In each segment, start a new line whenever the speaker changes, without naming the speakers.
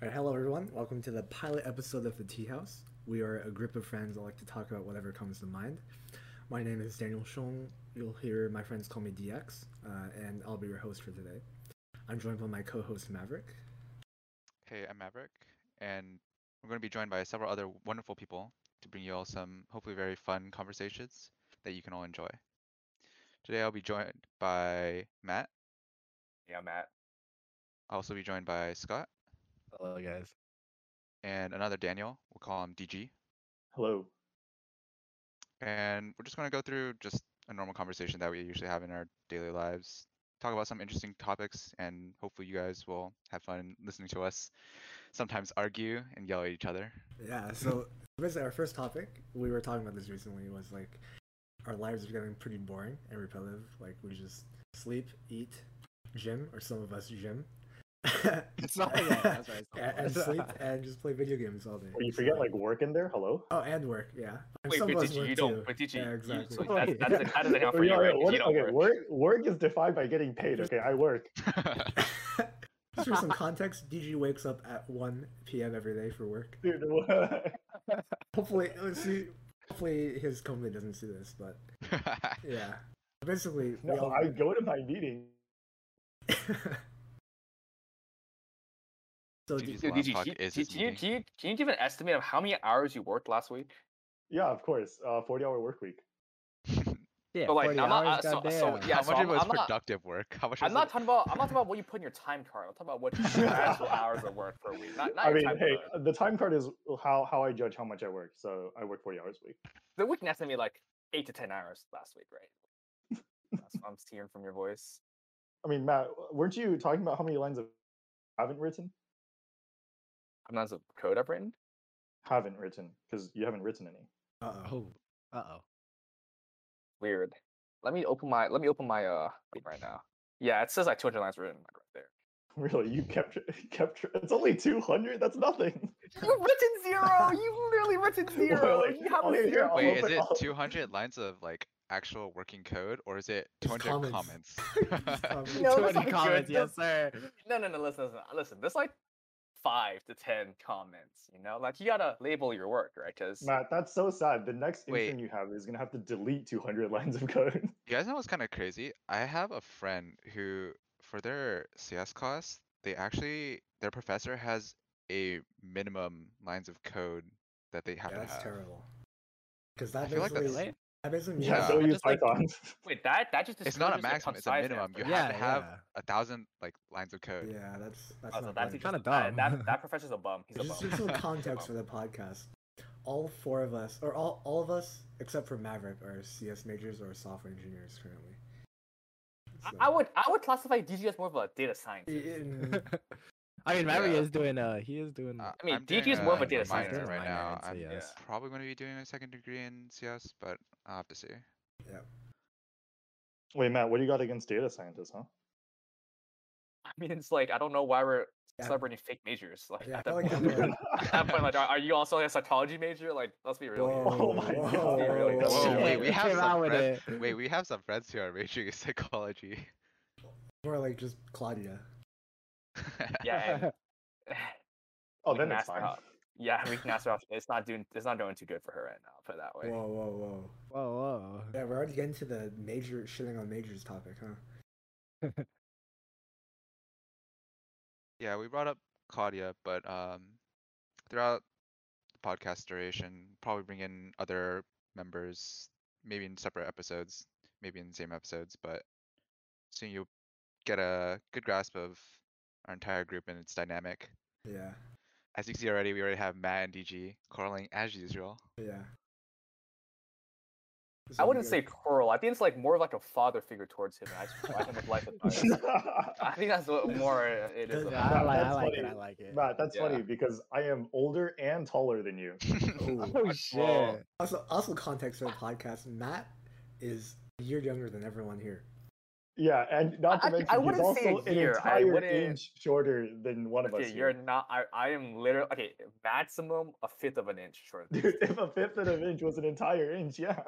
All right, hello everyone. Welcome to the pilot episode of the Tea House. We are a group of friends that like to talk about whatever comes to mind. My name is Daniel Shong. You'll hear my friends call me DX, uh, and I'll be your host for today. I'm joined by my co-host Maverick.
Hey, I'm Maverick, and we're going to be joined by several other wonderful people to bring you all some hopefully very fun conversations that you can all enjoy. Today I'll be joined by Matt.
Yeah, Matt.
I'll also be joined by Scott
Hello, guys.
and another Daniel. We'll call him DG.
Hello.
And we're just going to go through just a normal conversation that we usually have in our daily lives, talk about some interesting topics, and hopefully you guys will have fun listening to us sometimes argue and yell at each other.
Yeah. So basically, our first topic we were talking about this recently was like our lives are getting pretty boring and repetitive. Like we just sleep, eat, gym, or some of us gym.
It's not like that. That's right. It's not
and,
like
and
that.
sleep and just play video games all day.
Well, you
So-
forget like work in there. Hello.
Oh, and work, yeah. And
Wait,
some
but
of us
did you,
work
you don't,
too.
but did you,
Yeah,
you- so
exactly.
Oh,
that's, that's, a- that doesn't count for
Oh, Yeah,
you, right?
yeah, what-
you don't work.
okay, work work is defined by getting paid. Okay, I work.
Just for some context, DG wakes up at 1 p.m. every day for work.
Dude, what?
Hopefully, uh, let's see. Hopefully, his company doesn't see this, but yeah. Basically, we
no,
all-
I go to my meeting.
so
Did
D-
you just
Yo,
last
DG,
talk
can, you-
is
can,
this
you,
meeting.
can, you, can you give an estimate of how many hours you worked last week?
Yeah, of course. Uh, forty-hour work week.
Yeah,
But, like,
40
I'm not-
hours,
uh, so- so,
goddamn.
yeah,
How
so
much
I'm-
of it was
I'm not-
productive work? How much
I'm
was
not
it-
talking about. I'm not talking about what you put in your time card. I'm talking about what your actual hours of work per week. Not, not
I
your
mean,
time
hey,
card.
the time card is how how I judge how much I work. So I work forty hours a week.
the week nested me like eight to ten hours last week, right? That's what I'm hearing from your voice.
I mean, Matt, weren't you talking about how many lines of haven't written?
I'm not the code I've written.
Haven't written because you haven't written any.
uh-oh.
Oh, uh-oh.
Weird. Let me open my. Let me open my. Uh, right now. Yeah, it says like 200 lines written like, right there.
Really, you kept kept. It's only two hundred. That's nothing.
You written zero. You literally written zero.
Really?
You have
Oh,
a
yeah, yeah,
zero.
I'll
Wait, is
open
it
all-
200 lines of like actual working code, or is it
Just
200
comments.
comments?
Just, um,
No,
Too
that's not
many comments,
good.
yes, sir.
No, no, no. Listen, listen, listen. There's like five to ten comments. You know, like you gotta label your work, right? Because
Matt, that's so sad. The next
Wait.
intern you have is gonna have to delete two hundred lines of code.
you guys know what's kind of crazy? I have a friend who, for their CS class, they actually their professor has a minimum lines of code that they have
yeah,
to
that's
have.
terrible. Because
I
that
feel like
basically,
that's-
that basically
Yeah,
Yeah.
don't
But
use
just, like,
Python.
wait, that that just
It's not a
discourages, like,
maximum; it's a
concise
minimum. You
effort.
have
Yeah,
to have
yeah.
a thousand like lines of code.
yeah, that's that's
Oh, so
not
that's
good.
just-
Kinda
that-
dumb.
That, that professor's a bum. He's a bum.
Just, just some
He's a
context for
bum.
the podcast. All four of us, or all, all of us except for Maverick, are CS majors or software engineers currently.
I-
So-
I would I would classify DG as more of a data
I-
scientist.
in-
I mean, Maverick
Yeah.
is doing, uh, he is doing,
Uh,
I mean,
I'm doing
DG is more of
minor
a data science
right
minor in
now. I'm
CS.
probably going to be doing a second degree in CS, but I'll have to see.
Wait, Matt, what do you got against data scientists, huh?
I mean, it's like I don't know why we're
Yeah.
celebrating fake majors. Like
Yeah, I
at
feel
that
like
point,
I'm like-
at that point, like, are, are you also like, a psychology major? Like, let's be real. here.
Whoa,
Oh my
whoa,
God.
Yeah, really, that's-
Whoa,
Shit,
wait, we
you
have
came out
some
with
friends.
it.
Wait, we have some friends who are majoring in psychology.
Or like just Claudia.
Yeah. And,
Oh,
we
then
can
it's
ask
fine.
about- yeah, we can ask about. It's not doing. It's not doing too good for her right now. Put it that way.
Whoa, whoa, whoa.
whoa, whoa.
Yeah, we're already getting to the major shitting on majors topic, huh?
Yeah, we brought up Claudia, but um, throughout the podcast duration, probably bring in other members, maybe in separate episodes, maybe in the same episodes, but soon you get a good grasp of our entire group and its dynamic.
Yeah,
As you can see already, we already have Matt and DG quarreling as usual.
yeah.
I
So
wouldn't
you
say
guys-
quarrel. I think it's like more of like a father figure towards him. and I just provide him with life advice. I think that's what more it is.
Does-
Yeah, I like, I
That's
like it,
funny.
I like it.
Matt, that's
Yeah.
funny because I am older and taller than you.
Ooh.
Oh,
Well,
shit.
Also, also context for the podcast. Matt is a year younger than everyone here.
Yeah, and
I-
not to
I
mention he's
wouldn't say
also an
year, I
entire
wouldn't-
inch shorter than one of us.
Okay,
here.
you're not. I, I am literally okay. Maximum a fifth of an inch short.
Dude, if a fifth of an inch was an entire inch, yeah.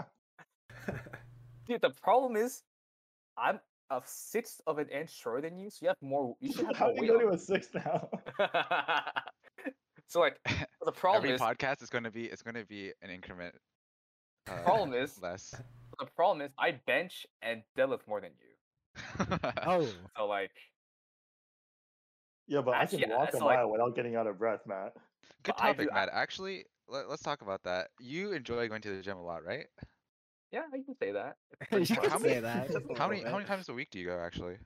Dude, the problem is, I'm a sixth of an inch shorter than you, so you have more. You should have
How
more
do you
weight.
go to
on
a six now?
you. So like the problem
Every
is
podcast is going to be it's going to be an increment. Uh,
problem is
less.
the problem is I bench and deadlift more than you.
Oh,
So like
Yeah, but
Actually,
I can
yeah,
walk a
so,
mile
like-
without getting out of breath, Matt.
Good
I
topic,
do- I-
Matt. Actually, let, let's talk about that. You enjoy going to the gym a lot, right?
yeah, you can say that.
you
Pretty
could
much.
How
say
many-
that.
how
How
Oh,
many how many
man.
times a week do you go actually?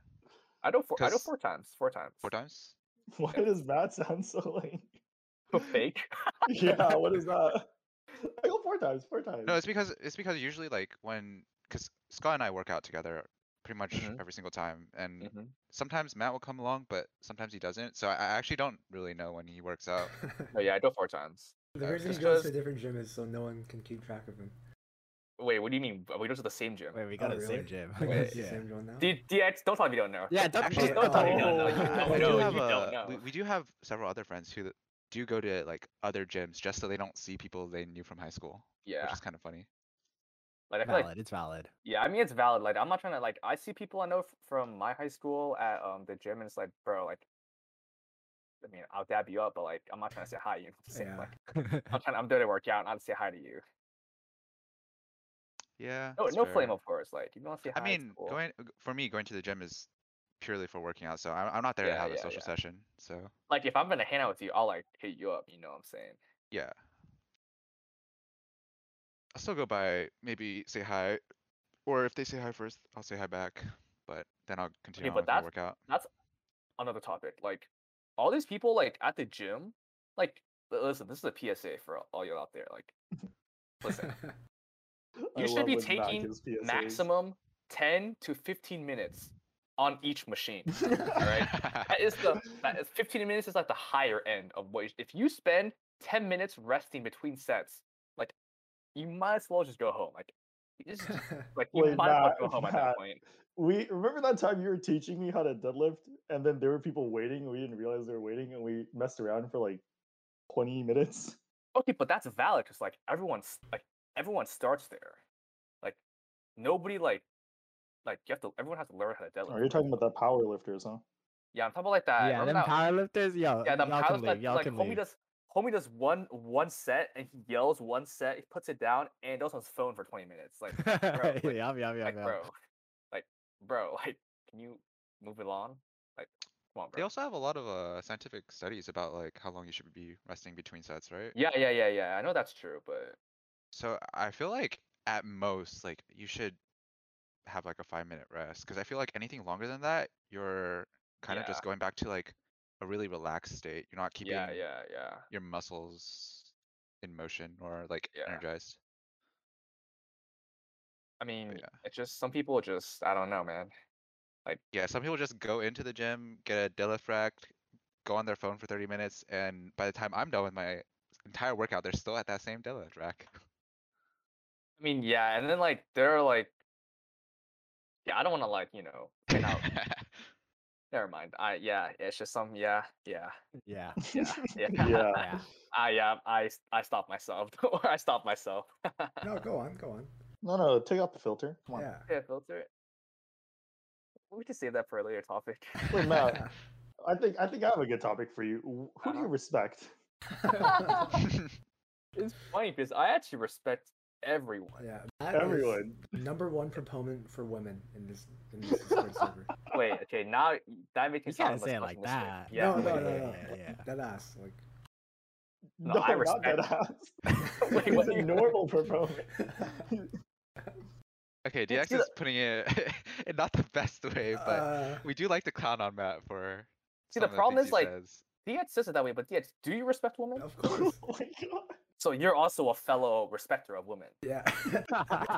I do four I do
'Cause-
four times. Four times.
Four times?
Why does Matt sound so like?
Fake.
yeah, what is that? I go four times, four times.
No, it's because it's because usually like when because Scott and I work out together pretty much
Mhm.
every single time, and
Mhm.
sometimes Matt will come along, but sometimes he doesn't. So I, I actually don't really know when he works out.
No, yeah, I do four times.
the
Oh. Uh,
reason he
just
goes to
because-
a different gym is so no one can keep track of him.
Wait, what do you mean? We go to the same gym.
wait, we got
Oh,
the same
really?
gym.
He goes to the
yeah.
same gym now.
D- DX, don't tell me you don't know.
yeah, don't
Actually,
actually,
don't tell me no, no,
oh,
you don't
we,
I
do
know,
have
you don't
a- we,
know.
we do have several other friends who do go to like other gyms just so they don't see people they knew from high school,
Yeah.
which is kind of funny.
Like I feel like
Valid. It's valid.
yeah, I mean it's valid. Like I'm not trying to like I see people I know f- from my high school at um the gym and it's like, bro, like I mean, I'll dab you up, but like I'm not trying to say hi to you. I'm saying,
Yeah.
like, I'm trying I'm there to work out, not to say hi to you.
Yeah.
No,
that's
no
fair.
flame of course. Like if you want to say hi.
I
it's
mean,
cool.
going for me, going to the gym is purely for working out. So I'm, I'm not there to
Yeah,
have a
yeah,
social
yeah.
session. So
like if I'm gonna hang out with you, I'll like hit you up, you know what I'm saying?
yeah, I'll still go by, maybe say hi, or if they say hi first, I'll say hi back. But then I'll continue on
but
with my
that's-
workout.
Another topic. Like all these people like at the gym, like li- listen, this is a PSA for all you out there. Like listen,
I
you should
love
be
when Matt
taking
gives PSAs.
maximum 10 to 15 minutes on each machine. right. That is the that is 15 minutes is like the higher end of what you, if you spend 10 minutes resting between sets, like you might as well just go home. Like you just like you
Wait,
might as well
Matt,
go home at
Matt,
that point.
We remember that time you were teaching me how to deadlift, and then there were people waiting, and we didn't realize they were waiting, and we messed around for like twenty minutes.
Okay, but that's valid because like everyone's like everyone starts there. Like nobody like like you have to everyone has to learn how to deadlift.
Are you talking about the power lifters, huh?
Yeah, I'm talking about like that.
Oh, yeah,
remember
them
that-
powerlifters, yo,
Yeah, the
y'all
pilot
can
like,
leave. Y'all
like
can
homie
leave.
does homie does one one set and he yells one set, he puts it down and goes on his phone for twenty minutes. Like bro, like,
yum, yum, yum,
like
yum.
bro. Like bro, like can you move it on? Like come on,
They
bro.
also have a lot of uh, scientific studies about like how long you should be resting between sets, right?
Yeah, yeah, yeah, yeah. I know that's true, but
So I feel like at most, like you should have like a five minute rest because I feel like anything longer than that, you're kind of
Yeah.
just going back to like a really relaxed state. You're not keeping
yeah, yeah, yeah.
your muscles in motion or like
Yeah.
energized.
I mean,
yeah.
it's just some people just I don't know, man.
Yeah, some people just go into the gym, get a deadlift rack, go on their phone for 30 minutes, and by the time I'm done with my entire workout, they're still at that same deadlift rack.
I mean, yeah, and then like they're like yeah, I don't want to like you know. You know never mind. I yeah, it's just some yeah, yeah,
Yeah,
yeah, yeah.
Yeah.
yeah.
I um I s- I stopped myself. Or I stopped myself.
no, go on, go on.
No, no, take out the filter. Come on.
Yeah.
yeah, filter. it. We can save that for a later topic.
Wait, Matt, I think I think I have a good topic for you. Wh- Who do you
Uh-huh.
respect?
Oh. it's funny because I actually respect everyone.
yeah. Matt is
Everyone.
Number one proponent for women in this in this Discord server.
Wait, okay, now y- that makes me
You
sound
can't
less
say it like
misogynistic.
that.
Yeah,
no, no,
yeah,
no,
yeah,
no.
yeah, yeah.
That ass. Like
No, I
not that ass.
Wait,
He's
what do
a
you-
normal proponent.
okay, DX
Let's do
is putting it in not the best way, but
uh,
we do like to clown on Matt for.
See, the
some of
problem
things
is
he
like
says.
DX says it that way, but DX, do you respect women?
of
oh
course.
my god.
So you're also a fellow respecter of women.
Yeah.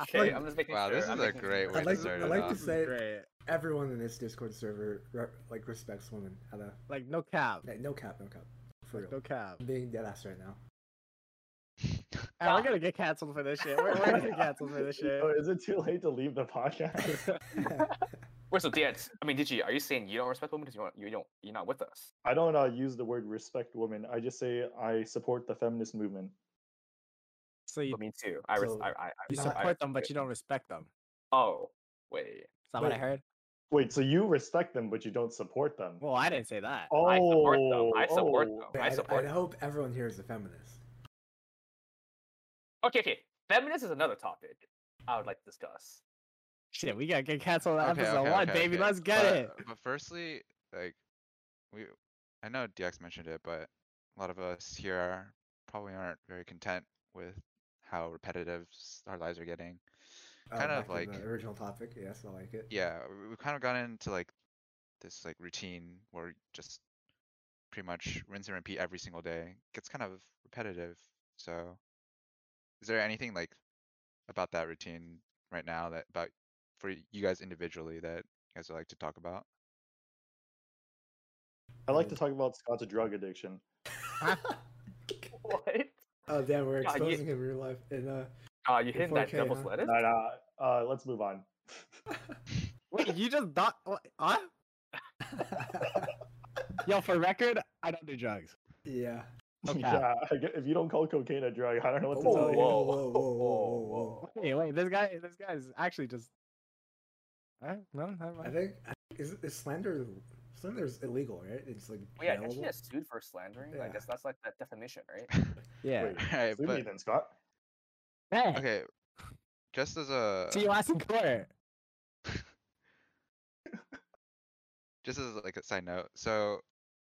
Okay,
Like,
I'm just making
Wow,
sure.
this
I'm
is a
making sure.
great way
I'd like to-
to start
I'd
it
like to
off.
s- say-
great.
Everyone in this Discord server re- like respects women. At a,
Like no cap,
like, no cap, no cap. For
like, no
real.
cap.
I'm being dead ass right now.
Hey, we're gonna get canceled for this shit. We're, we're gonna get canceled for this shit.
Oh, is it too late to leave the podcast?
Wait, so DX, I mean, DG, are you saying you don't respect women because you, want- you don't, you're not with us?
I don't uh, use the word respect women. I just say I support the feminist movement.
So you,
But me too. I, res-
So
I, I, I
you
I-
not-
support them, but you don't respect them.
Oh, wait.
Is that what I
Wait.
heard?
Wait, so you respect them, but you don't support them?
Well, I didn't say that.
Oh,
I support them. I support
oh,
them.
Wait,
I
I'd-
support
I'd
them.
hope everyone here is a feminist.
Okay, okay. Feminist is another topic I would like to discuss.
Shit, we gotta get canceled on
Okay,
episode
okay,
one,
okay,
baby.
okay.
Let's get
but,
it.
But firstly, like we, I know DX mentioned it, but a lot of us here are, probably aren't very content with how repetitive s- our lives are getting.
Oh,
Uh,
Kind of
back to
like-
the original topic. Yes, I like it.
Yeah, we- we've kind of gotten into like this like routine where we just pretty much rinse and repeat every single day. Gets kind of repetitive. So, is there anything like about that routine right now that about for you guys individually that you guys would like to talk about?
I like to talk about Scott's drug addiction.
What?
Oh damn, we're
God, you-
exposing him in real life. And uh,
Ah, you hitting that
4K,
devil's
huh?
lettuce?
Nah, nah, uh, let's move on.
Wait, you just thought? what- Huh? Yo, for record, I don't do drugs.
yeah.
Okay.
yeah, I gue- if you don't call cocaine a drug, I don't know what to
Whoa,
tell
whoa,
you.
whoa, whoa,
Whoa,
whoa, whoa,
whoa,
whoa.
Wait, wait, this guy, this guy is actually just. Huh? No, never
I
mind.
think I think- is, is slander slander's illegal, right? It's like
Wait, Oh, yeah, can she
jailable?
get sued for slandering?
Yeah.
Like that's that's like that definition, right?
Yeah.
Wait,
Alright,
sue me
but
then, Scott.
Hey,
okay, uh, just as a
see you last in court.
just as like a side note. So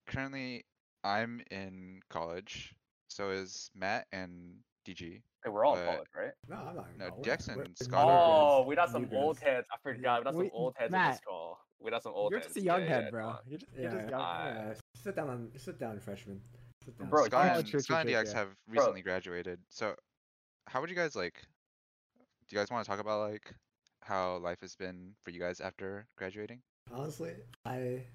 currently, I'm in college. So is Matt and DG.
Hey, we're all in
But-
college, right?
No, I'm not.
No,
we're-
Jackson
we're-
and
we're
Scott are
Oh,
newgrounds,
we got some old
newgrounds.
heads. I forgot. We got some
We-
old heads in this
Matt,
call. We got some old
You're
heads.
just a young
Yeah, yeah,
head,
it's
bro.
fine.
You're just,
Yeah,
you're just young.
I-
Yeah, sit down, on, sit down, freshman. Sit down.
Bro,
Scott
Oh,
and,
true, true,
Scott and
true,
DX
yeah.
have recently graduated. So how would you guys like? Do you guys want to talk about like how life has been for you guys after graduating?
Honestly, I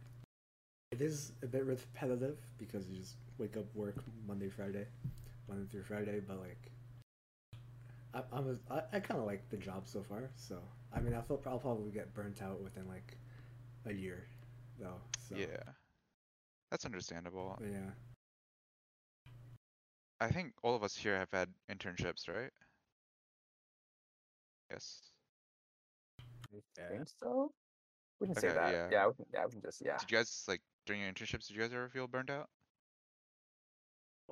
it is a bit repetitive because you just wake up, work Monday, Friday, Monday through Friday. But like, I, I'm a, I, I kind of like the job so far. So I mean, I feel I'll probably get burnt out within like a year, though. So,
Yeah, that's understandable.
but yeah.
I think all of us here have had internships, right? Yes.
I think so. We can say
Okay,
that.
yeah.
Yeah. we can, yeah, we can just yeah.
Did you guys like during your internships? Did you guys ever feel burned out?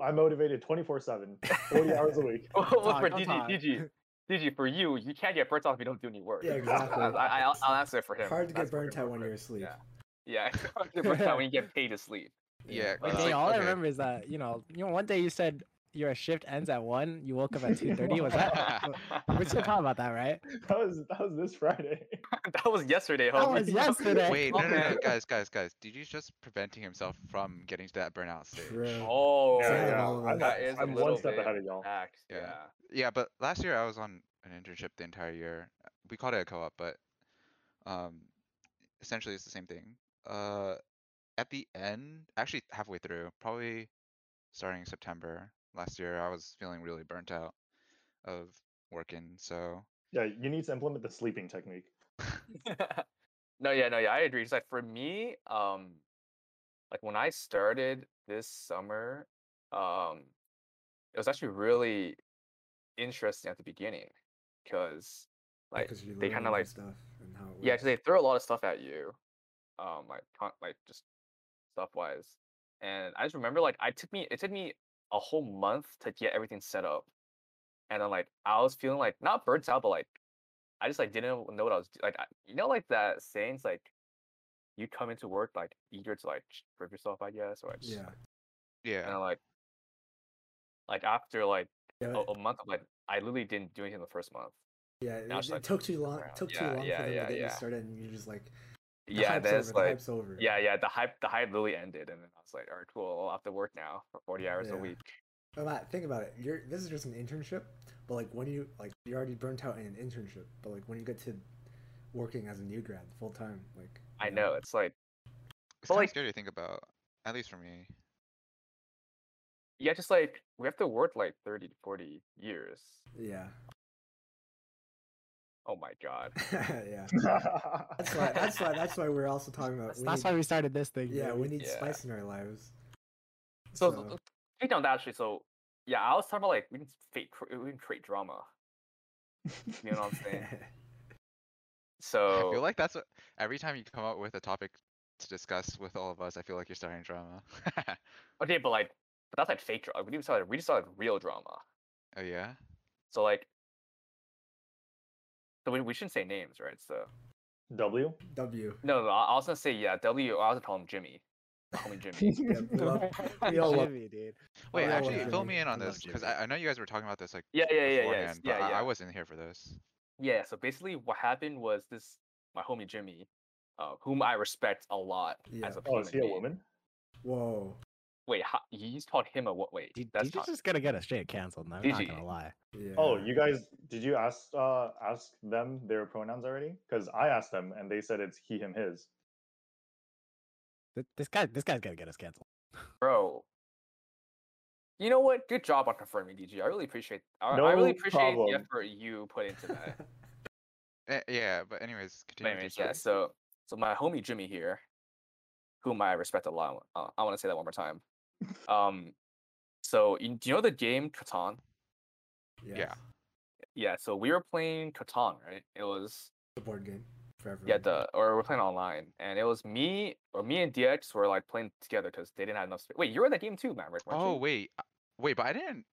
I'm motivated 24 7, 40 hours a week.
Well,
Talk,
for
don't
DG,
talk.
DG, DG, for you, you can't get burnt out if you don't do any work.
Yeah, exactly.
I, I, I'll, I'll answer for him.
Hard to
That's
get
for
burnt
him,
out
real
when you're
quick.
asleep.
Yeah. Yeah, it's hard to get burnt out when you get paid to sleep.
Yeah,
Like,
it's
Hey,
like,
all I
okay.
remember is that you know, you know, one day you said your shift ends at one. You woke up at two thirty. Was that? We're still talking about that, right?
That was that was this Friday.
that was yesterday,
That
homie.
was yesterday.
Wait, no, no, no,
Okay.
guys, guys, guys. DG's just preventing himself from getting to that burnout stage.
True.
Oh,
Yeah,
Damn,
yeah,
all of
I'm,
that
that is a
I'm
little
one step
bit
ahead of y'all.
Fact.
Yeah.
Yeah.
Yeah, but last year I was on an internship the entire year. uh, We called it a co-op, but um, essentially it's the same thing. Uh, at the end, actually halfway through, probably starting September last year, I was feeling really burnt out of working. So
Yeah, you need to implement the sleeping technique.
no, yeah, no, yeah, I agree. It's like for me, um, like when I started this summer, um, it was actually really interesting at the beginning because, like,
Because you
they
learn
kinda
all
like-
this stuff and how it
yeah,
works.
'cause they throw a lot of stuff at you, um, like con- like just stuff wise. And I just remember like I took me it took me a whole month to get everything set up, and then like I was feeling like not burnt out, but like I just like didn't know what I was do- like. I, you know, like that saying's like you come into work like eager to like prove yourself, I guess, or like, just,
yeah.
like, and
yeah,
then, like like after like
Yeah,
a, a month of like I literally didn't do anything the first month.
yeah, it,
now it's
it
like
took too long.
around.
Took too
Yeah,
long
yeah,
for them
yeah,
to get you
yeah.
started, and you're just like, the
yeah,
hype's
that's
over, the
like
hype's over.
Yeah, yeah. The hype, the hype literally ended, and then I was like, "All right, cool. I'll have to work now for 40 hours a
Yeah.
week."
But Matt, think about it. You're this is just an internship, but like when you like you're already burnt out in an internship, but like when you get to working as a new grad full time, like
I
you
know it's like
it's
but,
kind of
like-
scary to think about. At least for me.
yeah, just like we have to work like 30 to 40 years.
Yeah,
Oh my god.
yeah. That's why. That's why. That's why we're also talking about.
That's,
we
that's
need-
why we started this thing.
Yeah,
baby.
we need
Yeah.
spice in our lives.
So, so take down that actually. So yeah, I was talking about like we can fake, we can create drama. You know what I'm saying? So
I feel like that's what, every time you come up with a topic to discuss with all of us, I feel like you're starting drama.
okay, but like, but that's like fake drama. We didn't start. We just started real drama.
oh yeah.
So like, so we, we shouldn't say names, right? So
W.
W.
no, no, no, I I was gonna say yeah. W. I was gonna call him Jimmy. Call me Jimmy.
we all love-
Jimmy, dude.
Wait,
yeah, I
actually,
love
fill
Jimmy.
me in on
I love
this because
Jimmy.
I, I know you guys were talking about this like
Yeah, yeah, yeah, yeah, yeah,
beforehand,
yeah,
but I-
yeah.
I wasn't here for this.
Yeah, so basically what happened was this my homie Jimmy, uh, whom I respect a lot
Yeah.
as a
Oh,
human
is he a
being.
woman?
Whoa.
Wait, how, you called him a what? Wait,
Dude,
that's
DJ's
not,
just gonna get us straight canceled. I'm not
DJ.
gonna lie.
Yeah.
Oh, you guys, did you ask uh ask them their pronouns already? Because I asked them and they said it's he, him, his.
Th- This guy, this guy's gonna get us canceled.
bro. You know what? Good job on confirming DG. I really appreciate. I, I really
No
appreciate
problem.
the effort you put into that.
Eh, yeah, but anyways,
But
continue. with
anyways,
your
yeah.
story.
So, so my homie Jimmy here, whom I respect a lot. Uh, I want to say that one more time. Um, so you, do you know the game Catan?
Yes.
yeah.
Yeah. So we were playing Catan, right? It was
The board game forever.
Yeah, the or we're playing online, and it was me or me and DX were like playing together because they didn't have enough space. Wait, you were in that game too, man, right? weren't
Oh
you?
wait, uh, wait, but I didn't.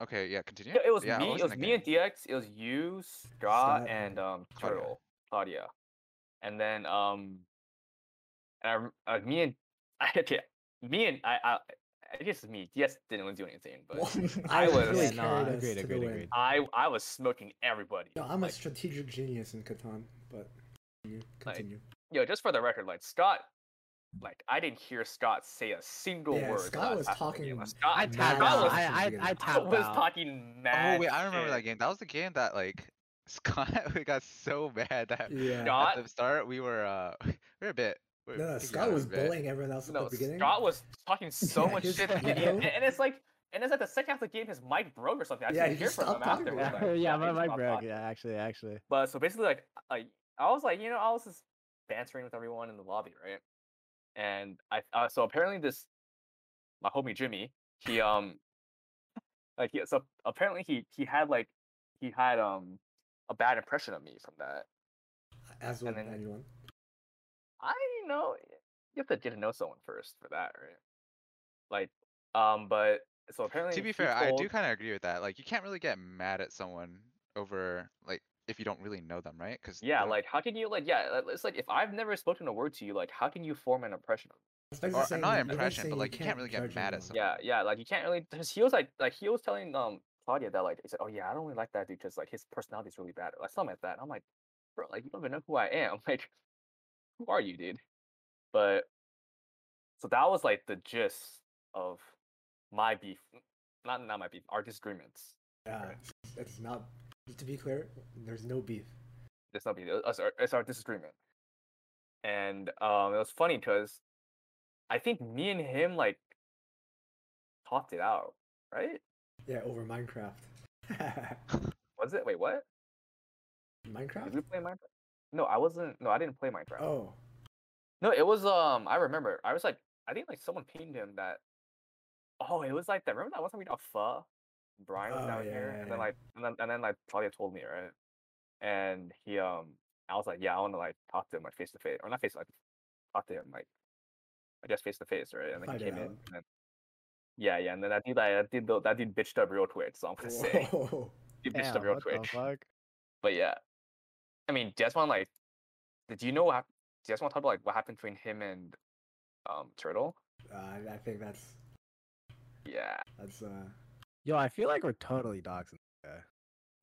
Okay, yeah, continue.
yeah, it was
yeah, I
me. It
in
was
the
me
game.
and DX. It was you, Scott,
Scott
and
and
um
Claudia.
Turtle, Claudia, and then um, and I, rem- uh, me and okay, me and I, I, I guess it's me. DX didn't really do anything, but I
You
was-
really
Yeah,
no,
carried us
agreed,
to the
agreed,
win.
agreed.
I, I was smoking everybody.
No, I'm a
like,
strategic genius in Catan, but you continue.
yo, just for the record, like Scott. Like I didn't hear Scott say a single
Yeah,
word.
Scott
that
was
last half of the
talking
game. Like, Scott,
I
Nah,
tapped
Scott
nah,
out.
was
nah.
I, I, I
That
I
tapped
was
out.
talking mad.
Oh wait, I remember that
shit.
game. That was the game that like Scott we got so mad that
yeah.
Scott-
at the start we were uh we were a bit. We were
no, no,
picking on
Scott
him
was
a bit.
bullying everyone else
No,
at the beginning.
Scott was talking so
Yeah,
much
his
shit, to me,
video.
and, and it's like, and it's like the second half of the game, his mic broke or something. I
Yeah,
didn't
he
hear
just
from him
stopped talking.
afterwards.
Yeah.
like,
yeah,
he
my my
stopped
broke.
talking.
Yeah, actually, actually.
But so basically, like, I, I was like, you know, I was just bantering with everyone in the lobby, right? And I, uh, so apparently this, my homie Jimmy, he um, like, yeah, so apparently he he had like, he had um, a bad impression of me from that.
as well
and then-
anyone.
I you know you have to get to know someone first for that, right? Like, um, but so apparently,
To be
he
fair, I do
told-
kind of agree with that. Like you can't really get mad at someone over like if you don't really know them, right? Because
Yeah, like how can you like yeah? like, It's like if I've never spoken a word to you, like how can you form an impression? of
It's basically
or,
saying
not
you-
an
you're
impression, but
saying
like you can't really get
judge
mad at
anyone.
someone.
Yeah, yeah, like you can't really. Because he was like, like he was telling um Claudia that like he said, oh yeah, I don't really like that dude because like his personality is really bad or like something like that. And I'm like, bro, like you don't even know who I am. Like, who are you, dude? But so that was like the gist of my beef. Not not my beef, our disagreements.
Yeah, it's- it's not. To be clear, there's no beef.
It's not beef. It's our, it's our disagreement. And um, it was funny because I think me and him like talked it out, right?
Yeah, over Minecraft.
Was it? Wait, what? Did we
Minecraft?
play Minecraft? No, I wasn't. No, I didn't play Minecraft.
Oh,
No, it was. Um, I remember. I was like, I think like someone pinged him that. Oh, it was like that. Remember that one time we got pho? Brian was
Oh,
down
yeah,
here,
yeah,
and
yeah.
then like, and then and then like Claudia told me right, and he um, I was like, yeah, I want to like talk to him like face to face, or not face like talk to him like, I guess face to face, right? And then
Fight it
he came in.
out.
And then, yeah, yeah, and then that dude, like, that dude, though- that dude bitched up real quick. So I'm gonna say,
whoa.
he bitched up
Damn,
real
what the
quick.
fuck?
But yeah, I mean, Desmond, like, did you know what? hap- Do you guys want to talk about like what happened between him and um Turtle?
Uh, I- I think that's
Yeah,
that's uh.
Yo, I feel like we're totally doxing this guy.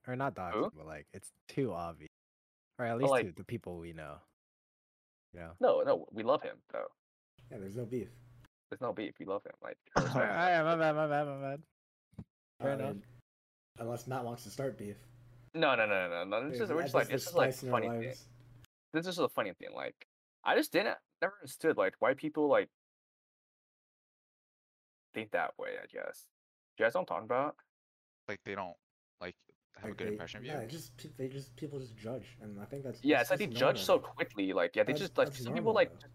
Or not doxing,
Who?
but like it's too obvious. Or at least
like-
to the people we know. You know?
no, no, we love him though.
Yeah, there's no beef.
There's no beef. We love him. Like, I
Alright,
respect him.
my bad, my bad, my bad. Fair
I
enough.
mean, Uh, Unless Matt wants to start beef.
no, no, no, no, no, no. This
Yeah,
is we're
that
just like
just
this
the
is like
spice in
a
our
funny thing.
lives.
This is a funny thing. Like, I just didn't never understood like why people like think that way. I guess. Do you guys know what I'm talking about?
like they don't like have a
Like,
good
they-
impression of you.
Yeah, it just pe- they just people just judge, and I think that's
Yeah,
that's
it's like they
just
judge so
normal.
quickly. Like, yeah, they
That's-
just like
that's
some
normal,
people like.
though.
just-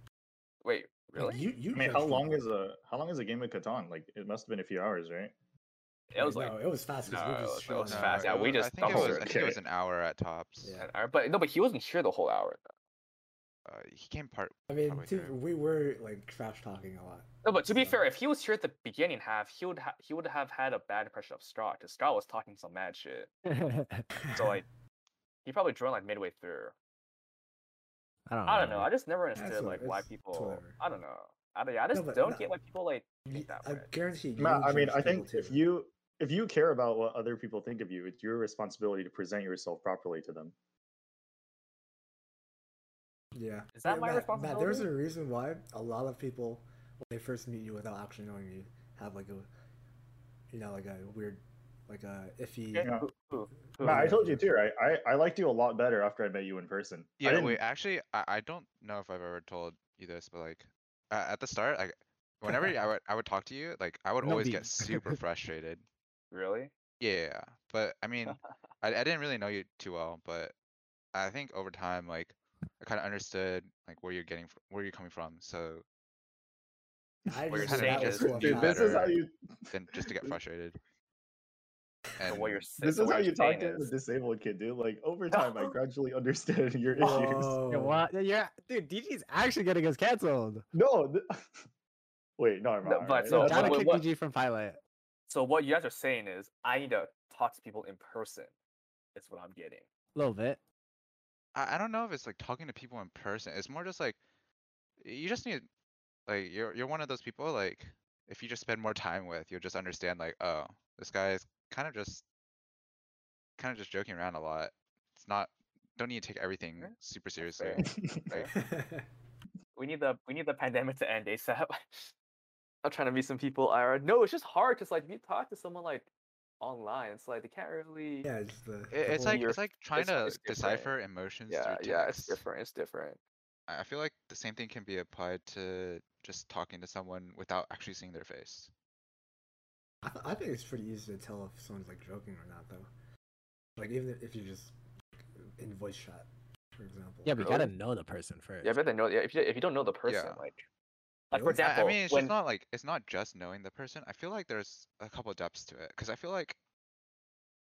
Wait,
Like,
really?
you you.
I mean,
judge
how long
people.
is a how long is a game of Catan? Like it must have been a few hours, right?
It was
no,
like
it was fast. 'cause
No,
we
it
just
was- it
showed
was
up.
fast. Yeah,
it
we
was-
just
I think, it
doubled
was,
it.
I think it was an hour at tops.
Yeah.
an hour, but no, but he wasn't sure the whole hour.
Uh, he came part.
I mean,
Probably
to,
true.
we were like trash talking a lot.
No, but to be
So-
fair, if he was here at the beginning half, he would ha- he would have had a bad impression of Scott because Scott was talking some mad shit. So like, he probably joined like midway through.
I don't know.
I don't know. I just never
That's
understood
what-
like why
it's
people.
whatever.
I don't know. I don't. Yeah, I just
but
don't
no-
get why people like.
Y-
that
I
way.
guarantee you.
Matt, I mean,
judge
I think
people
if
too.
you if you care about what other people think of you, it's your responsibility to present yourself properly to them.
Yeah.
Is that
Yeah,
my
Matt, Matt, there's
responsibility?
a reason why a lot of people, when they first meet you without actually knowing you, have like a, you know, like a weird, like a iffy.
Okay,
Yeah.
who- who- who-
Matt, I
yeah,
told you
yeah.
too, right? I, I liked you a lot better after I met you in person. I
Yeah,
didn't,
wait. Actually, I, I don't know if I've ever told you this, but like uh, at the start, like whenever I would I would talk to you, like I would always
Nobby.
get super frustrated.
Really?
Yeah, but I mean, I, I didn't really know you too well, but I think over time, like I kind of understood like where you're getting fr- where you're coming from. So
I
What you're
just-
saying
that was
is
what
dude, this is how
mattered.
you
then just to get frustrated.
So
And
what you're
this
so
is
what
how
you're
you talk
saying
to a
is-
disabled kid, dude. Like over time, I gradually understood your
Oh.
issues.
Whoa.
Yeah, what? Yeah, dude, DG's actually getting us canceled.
No, th- wait, no, I'm
No,
not.
but
right?
so-
That's
Gotta
not-
wait,
kick
what?
DG from Pilot.
So what you guys are saying is I need to talk to people in person. Is what I'm getting.
A little bit.
I, I don't know if it's like talking to people in person. It's more just like you just need like you're you're one of those people like if you just spend more time with, you'll just understand like, oh, this guy is kind of just kind of just joking around a lot. It's not don't need to take everything super seriously.
fair.
Like,
We need the we need the pandemic to end ASAP. I'm trying to meet some people. I no, it's just hard because like if you talk to someone like online, it's like they can't really.
yeah, just the.
it,
the
it's
whole-
like
your-
it's like trying
it's-
to
it's different.
decipher emotions
yeah,
through
yeah, it's
text.
different. It's different.
I I feel like the same thing can be applied to just talking to someone without actually seeing their face.
I, I think it's pretty easy to tell if someone's like joking or not, though. Like even if you just in voice chat, for example.
Yeah, but you
Really?
gotta know the person first.
Yeah, if you don't know, yeah, if you if you don't know the person,
Yeah.
like, like for
Really?
I-
example,
I mean, it's
when
just not like it's not just knowing the person. I feel like there's a couple depths to it because I feel like,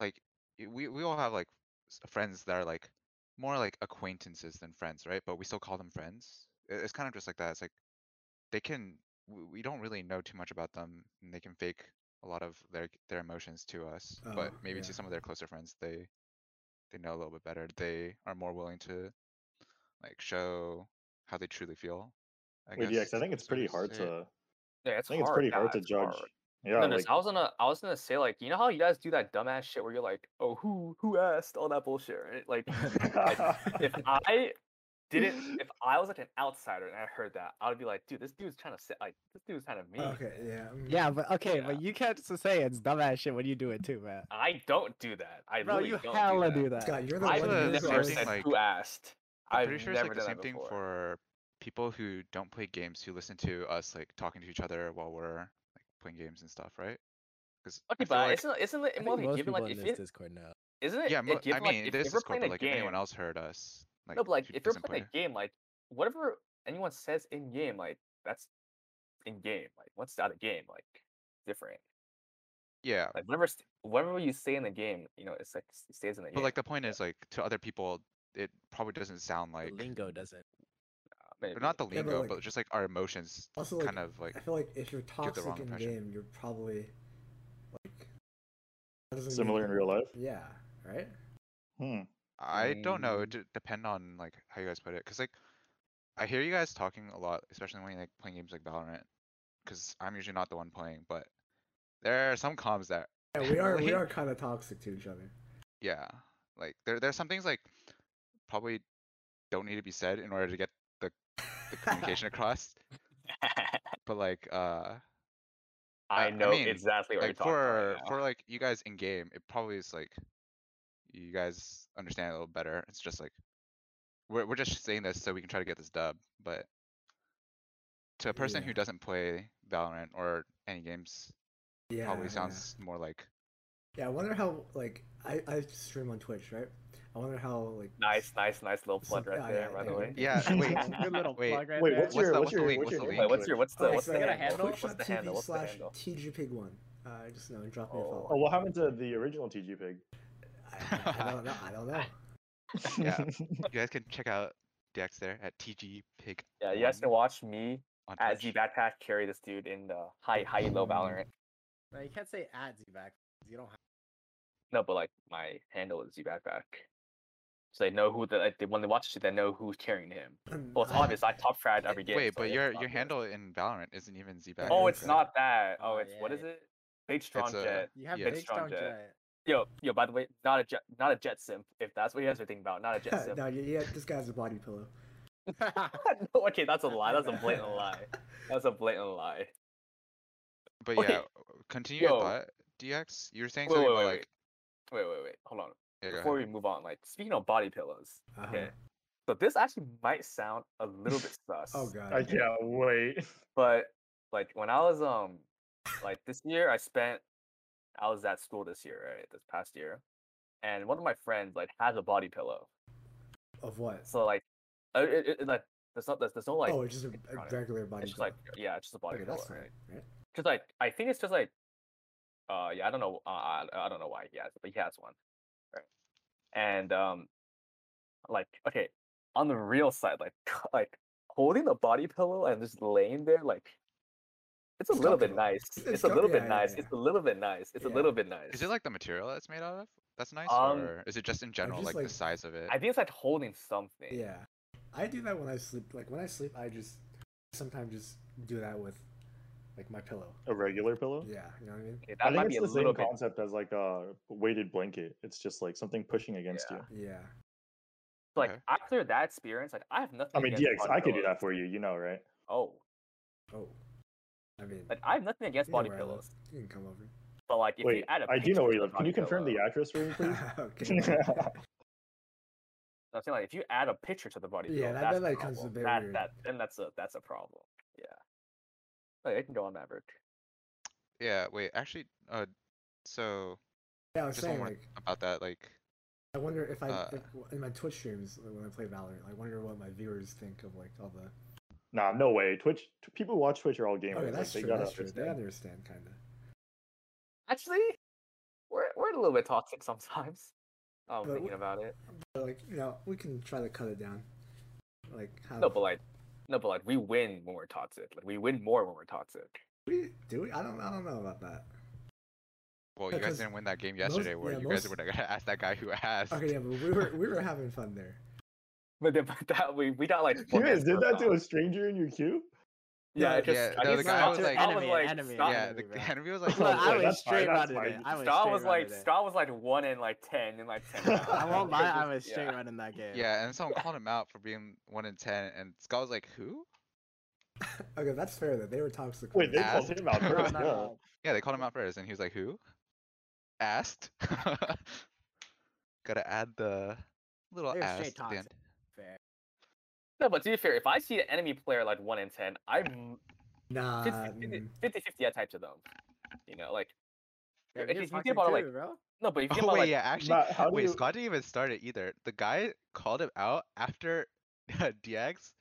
like y- we we all have like s- friends that are like more like acquaintances than friends, right? But we still call them friends. I- It's kind of just like that. It's like they can w- we don't really know too much about them, and they can fake a lot of their their emotions to us. but
Oh,
maybe
yeah.
to some of their closer friends, they they know a little bit better. They are more willing to like show how they truly feel. I
wait,
guess,
DX, I think it's
so eh,
pretty hard
say.
to.
yeah,
I
it's
think it's
hard.
pretty
yeah,
hard to
it's
judge.
hard.
Yeah,
no, no,
like,
so I was gonna, I was gonna say like, you know how you guys do that dumbass shit where you're like, oh, who, who asked all that bullshit, right? Like, if I didn't, if I was like an outsider and I heard that, I would be like, dude, this dude's trying to say, like, this dude's kind of
Oh,
mean.
okay, yeah. mm.
Yeah, but okay,
Yeah.
but you can't just say it's dumbass shit when you do it too, man.
I don't do that. I
Bro,
really
you
don't
hella
do
do
that.
that.
Scott, you're the
I
I've
one
would
who's
never
never
always-
think,
said
like-
who asked.
I'm
I've
pretty sure it's
never
like the
done
same
that
thing
before.
for people who don't play games who listen to us like talking to each other while we're like playing games and stuff, right? Because
Okay, but isn't isn't
I
it
think
more of a
most
given
people
like
in
if
this
it
Discord know.
isn't it
yeah,
a
mo- I
given, like,
mean,
if-
this
if we're
is cool,
playing
but
a
like if anyone
game-
else heard us, like
no, but like
who
if you're
doesn't
playing
play-
a game, like whatever anyone says in game, like that's in game. Like once it's out of game, like different.
yeah,
Like whatever, st- whatever you say in the game, you know, it's like s- it stays in the
but
game.
like the point is like to other people, it probably doesn't sound
The
like,
lingo doesn't.
but not the
Yeah, but,
lingo,
like-
but just like our emotions,
Also, like,
kind of like
I feel like if you're
wrong
toxic in
impression.
game, you're probably like that doesn't mean
similar in
that-
real life.
Yeah, right.
Hmm.
I don't know. It
Mm.
d- depend on like how you guys put it, because like I hear you guys talking a lot, especially when you like playing games like Valorant, because I'm usually not the one playing, but there are some comms that
Yeah, we are we
Really?
are kind of toxic to each other.
yeah, like there there's some things like probably don't need to be said in order to get the communication across, but like uh I- I
I know
mean,
exactly what
like
you're talking
for
about. right now.
for like you guys in game, it probably is like you guys understand a little better. It's just like we're we're just saying this so we can try to get this dub, but to a person
Yeah.
who doesn't play Valorant or any games,
yeah,
probably
yeah.
sounds more like
Yeah, I wonder how like I I stream on Twitch, right? I wonder how like
Nice, nice, nice little
Some-
plug right
yeah,
oh,
there.
yeah,
by the
yeah.
way.
yeah. Wait,
Good little
wait,
plug right
Wait,
there.
what's
What's
your
the-
what's
what's the
your
link?
what's your
What's the
link?
link?
Wait, what's your what's the
Okay,
what's
so
the
yeah,
handle? What's the
twitch.tv
handle? What's the
slash
handle?
tgpig1. Uh, just you know, drop me a
Oh,
follow.
oh, what happened to the original TG Pig?
I, I don't know. I don't know.
Yeah. You guys can check out DX there at TG Pig
Yeah, you guys can
One
watch me
on
at
Twitch.
Z Backpack carry this dude in the high high and low Valorant.
No, you can't say at Zback. You don't have.
No, but like my handle is Z Backpack. So they know who the like, they, when they watch the shit, they know who's carrying him. Well, it's
Nah.
obvious. I top frag every game.
Wait,
so
but
it's
your your
obvious.
handle in Valorant isn't even Zback.
Oh,
is
it's
that?
not that. Oh,
Oh,
it's what
yeah,
is
yeah.
it? Big strong
a-
jet.
You have
Yeah.
big
Strong
strong
jet.
jet.
Yo, yo. By the way, not a jet, not a jet simp. If that's what you guys are thinking about, not a jet simp.
no, yeah, yeah, this guy's a body pillow.
Oh,
no, okay, that's a lie. That's a blatant lie. That's a blatant lie.
But
Okay.
yeah, continue your
Yo.
thought, DX. You were saying
Wait,
something
wait,
about
wait,
like.
Wait, wait, wait. Hold on.
Yeah, go
Before
ahead.
we move on, like speaking of body pillows,
Uh-huh.
okay. So this actually might sound a little bit sus.
Oh
I
god.
can't wait.
but like when I was um like this year I spent I was at school this year, right? This past year. And one of my friends like has a body pillow.
Of what?
So like uh, it, it, it, like there's not there's, there's no like
oh, it's just a,
it's
a
not it.
regular body
it's just
pillow.
like yeah, it's just a body
okay,
pillow.
that's fine.
right?
Right?
Cause like I think it's just like uh yeah, I don't know uh, I, I don't know why he has it, but he has one. Right. And um like okay, on the real side, like like holding the body pillow and just laying there like it's a
It's
little bit
comfortable.
nice. It's,
It's
a
com-
little
yeah,
bit
yeah,
nice.
yeah.
It's a little bit nice. It's a
Yeah.
little bit nice.
Is it like the material that's made out of? That's nice,
Um,
or is it just in general,
just,
like,
like-
the size of it?
I think it's like holding something.
Yeah. I do that when I sleep. Like when I sleep, I just sometimes just do that with like my pillow.
A regular pillow?
Yeah, you know what I mean?
Okay,
I
that
think
might be
it's
a
the
little
same
bit.
concept as like a weighted blanket. It's just like something pushing against
Yeah.
you.
Yeah.
Like
Okay.
after that experience, like I have nothing.
I mean,
against
DX,
body
I could do
pillows.
that for you. You know, right?
Oh,
Oh. I mean,
like I have nothing against
you know
body
where I live.
pillows,
You can come over.
but like if you
Wait,
add a
I do know where you
picture to
live. Can
body
you confirm the
pillow-
address for me, please?
okay. well,
I'm saying like if you add a picture to the body pillow,
Yeah, that-
that's
that,
a
like, comes a
problem.
bit
that,
weird.
that then that's a that's a problem. Yeah, like, it can go on Maverick.
Yeah. Wait. Actually, uh, so
yeah, I was
just one
saying
more
like
about that. Like,
I wonder if I
Uh,
if, in my Twitch streams when I play Valorant, I wonder what my viewers think of like all the.
Nah, no way. Twitch t- people who watch Twitch
Oh,
are all gamers.
Okay,
like,
that's
they
true.
gotta
That's true. They
understand.
understand kind of.
Actually, we're we're a little bit toxic sometimes. I'm
But
thinking
we-
about it.
But like you know, we can try to cut it down. Like how
No, but like, no, but like, we win when we're toxic. Like, we win more when we're toxic.
we do we? I don't I don't know about that.
well,
Yeah,
you guys
'cause
didn't win that game
most-
yesterday, where
yeah,
you guys
most-
were gonna ask that guy who asked.
Okay, yeah, but we were we were having fun there.
But then, but that we we got like.
You
four minutes
guys did
per
that to
round.
a stranger in your queue?
Yeah,
Yeah,
it just,
yeah, no,
I just
the guy
Scott
was
was
like-
Scott was
Enemy,
like,
enemy,
Scott,
yeah,
enemy,
the
bro.
enemy was like, oh,
No,
Well, I
Okay,
was
that's fine,
straight
that's
running it.
fine.
I was
Scott
straight
was like,
running it.
Scott was like one in like ten in like ten. rounds.
I won't lie, I
It
was
just-
straight
yeah.
running that game.
yeah, and someone called him out for being one in ten, and Scott was like, who?
Okay, that's fair though. They were toxic.
Wait, they
ones.
called
Asked.
him out
No,
first.
No,
yeah.
no,
Yeah, they called him out first, and he was like, who? Asked. Gotta add the little
They were straight
asked at the end.
toxic. fair.
No, but to be fair, if I see an enemy player like one in ten, I'm
Nah.
50-50
mm,
50-50 I type to them. You know, like
Yeah,
if
but
you
you're
think
toxic
about it, like-
too, bro.
no, but if you think
Oh
about
wait,
like
yeah, actually,
Matt, how do
wait,
you-
Scott didn't even start it either. The guy called him out after DX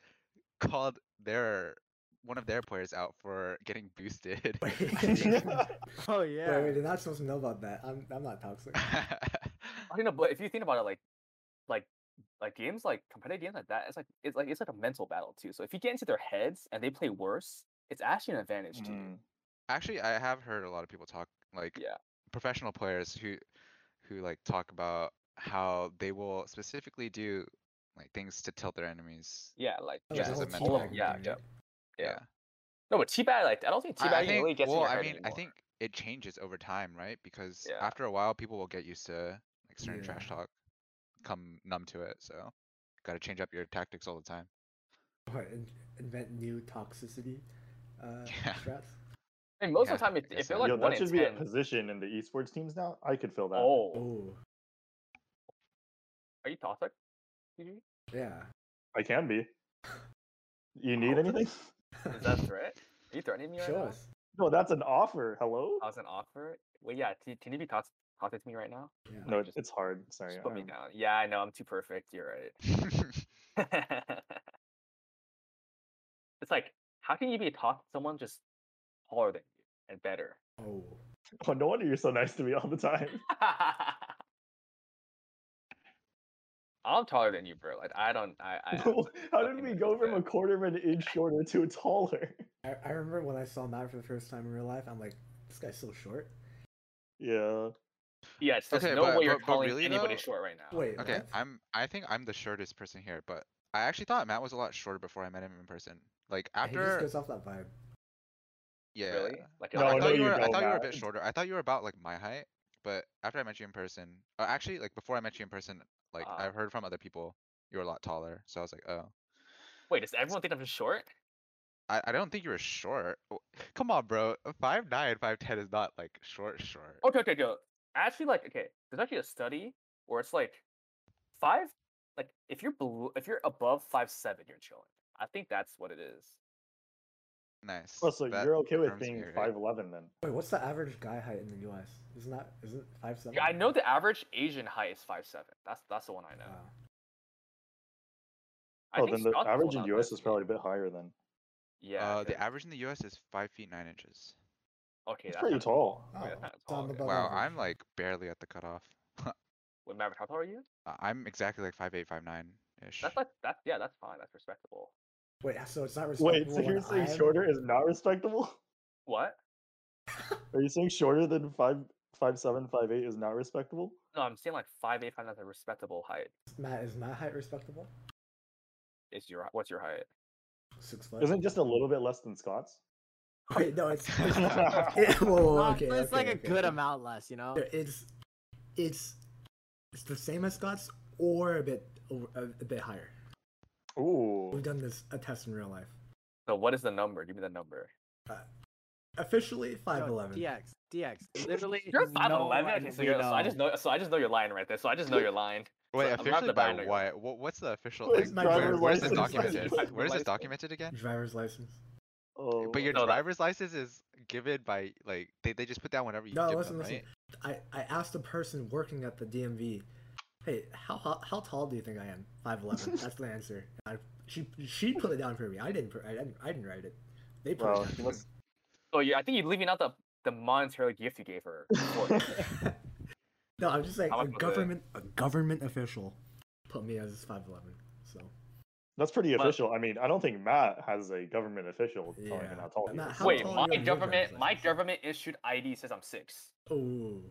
called their one of their players out for getting boosted.
Wait,
Oh yeah.
wait, wait, they're not supposed to know about that. I'm I'm not toxic.
I don't know, but if you think about it, like, like, like games like competitive games like that, it's like it's like it's like a mental battle too. So if you get into their heads and they play worse, it's actually an advantage to you.
Mm.
actually, I have heard a lot of people talk like
Yeah.
professional players who who like talk about how they will specifically do like things to tilt their enemies.
Yeah, like
Oh,
Just
yeah,
the whole team
as a mental
all of-
bagging
yeah,
thing,
yeah.
right?
Yeah. No, but teabag, like, I don't think
I-
teabag
I think,
really gets in
well,
your
I
head
mean, I
anymore.
think it changes over time, right? Because
Yeah.
after a while, people will get used to like certain
Yeah.
trash talk, come numb to it. So, got to change up your tactics all the time.
What, in- invent new toxicity uh,
Yeah.
strats?
I mean, most of the
yeah,
time, if,
I
if
guess
they're
so.
like
Yo,
one
that
in
should be a
ten,
position in the esports teams now. I could fill that.
oh,
Oh,
are you toxic? GG?
yeah.
I can be. You need
Oh.
anything?
Is that a threat? Are you threatening me? Right
Show
now?
us.
No, that's an offer. Hello?
As an offer? Well, yeah. Can, can you be toxic, toxic to me right now?
Yeah.
No,
just-
it's hard.
Oh,
Sorry.
Just put me
I'm-
down. Yeah, I know. I'm too perfect. You're right. it's like, how can you be a top someone just taller than you and better?
Oh,
Oh, no wonder you're so nice to me all the time.
I'm taller than you, bro. Like I don't. I. I I'm
How did
fucking
we
nice
go
to
from
you.
a quarter of an inch shorter to a taller?
I, I remember when I saw Matt for the first time in real life, I'm like, this guy's so short.
Yeah.
yes. There's
Okay,
no
but-
way you're
but- but
calling
really
anybody
though-
short right now.
Wait,
Okay,
what?
I'm. I think I'm the shortest person here, but I actually thought Matt was a lot shorter before I met him in person. Like
He just
after,
goes off that vibe.
yeah.
Really? Like "Oh,
No,
I
no,
thought you
you
were. I
don't,
thought you were a
Matt.
bit shorter. I thought you were about like my height, but after I met you in person, uh, actually, like before I met you in person, like
Ah.
I've heard from other people, you were a lot taller. So I was like, oh,
Wait, does everyone think I'm just short?
I, I don't think you were short. W- Come on, bro. Five nine, five ten is not like short, short.
Okay, okay, go. Actually, like, okay, there's actually a study where it's like five, like if you're below, if you're above five seven, you're chilling. I think that's what it is.
Nice.
Oh, so
That
you're okay with
confirms
being
me, right?
five eleven then?
Wait, what's the average guy height in the U.S.? Isn't that isn't five seven?
Yeah, I
Mm.
know the average Asian height is five seven. That's that's the one I know. I
Oh,
think
then the
Scott's
average in
one out
US
there.
is probably a bit higher then.
yeah.
uh,
okay.
the average in the U.S. is five feet nine inches.
okay,
It's
that's
pretty
not-
tall.
Oh,
wait, that's not
it's on
tall,
the
yeah.
Above
Wow,
average.
I'm like barely at the cutoff.
Wait, Maverick, how tall are you?
Uh, I'm exactly like five eight, five nine ish.
That's like that's yeah, that's fine. That's respectable.
Wait, so it's not
Wait,
respectable.
so you're
when
saying
I'm-
shorter is not respectable?
What?
Are you saying shorter than five five seven, five eight is not respectable?
No, I'm saying like five eight five nine is a respectable height.
Matt, is my height respectable?
Is your what's your height?
Six foot.
Isn't it just a little bit less than Scott's?
Wait, no, it's. it's
That's
yeah, whoa, whoa, whoa,
Not-
okay,
but it's like
okay,
a
okay,
good
okay.
amount less, you know.
Yeah, It's, it's, it's the same as Scott's or a bit over, a, a bit higher. We've
Ooh.
done this a test in real life.
So what is the number? Give me the number.
Uh, Officially five
Yo,
eleven.
DX, DX, literally.
You're five
no
eleven.
one
Okay, so, you're,
we
so I
know.
just know. So I just know you're lying right there. So I just know you're lying.
Wait,
I'm not
officially
the
by
binder.
what? what? What's the official?
Where's
my
Like, where,
driver's
where's this
license? Where's
documented?
my
driver's
Where's this
license?
documented again?
Driver's license.
Oh.
But your
No, that-
driver's license is given by like they, they just put down whenever you
No,
give
listen,
them,
listen.
right?
I, I asked the person working at the DMV, "Hey, how how, how tall do you think I am?" Five eleven. That's the answer. I, she she put it down for me. I didn't put- I didn't I didn't write it. They put
Wow,
it
she
down.
must-
Oh yeah, I think you're leaving out the the monetary gift you gave her. before.
no, I'm just saying
How
a
much was it?
government a government official put me as five eleven. So
That's pretty
But-
official. I mean, I don't think Matt has a government official telling
Yeah.
him how tall he
Matt,
is.
how
Wait,
tall are
my
you on your
government
driver's
my
license?
government issued ID says I'm six.
oh,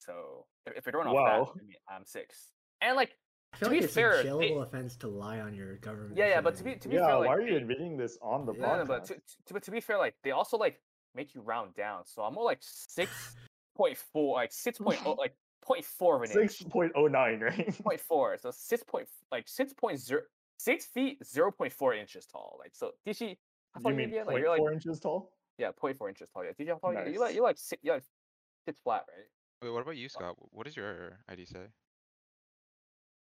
So if, if you're going off
Wow.
that, I mean, I'm six. And like,
I feel
To
like
be
it's
fair,
a
they-
jailable offense to lie on your government.
yeah, yeah, but to
authority.
be to be
Yeah,
fair,
why
like,
are you
they-
admitting this on the
Yeah,
no,
podcast?
no, but to, to, but to be fair, like they also like make you round down. So I'm more like six point four, like six point oh, like point four of an inch.
Six point oh nine, right?
point four. So six point like six point zero six feet zero point four inches tall. Like so did she how tall
you mean
you get?
point
Like you're like
four inches tall?
yeah, point four inches tall. Yeah. Did you how tall you get? you like
Nice.
you like six you like sits flat, right?
Wait, what about you, Scott? Wh- What does your ID say?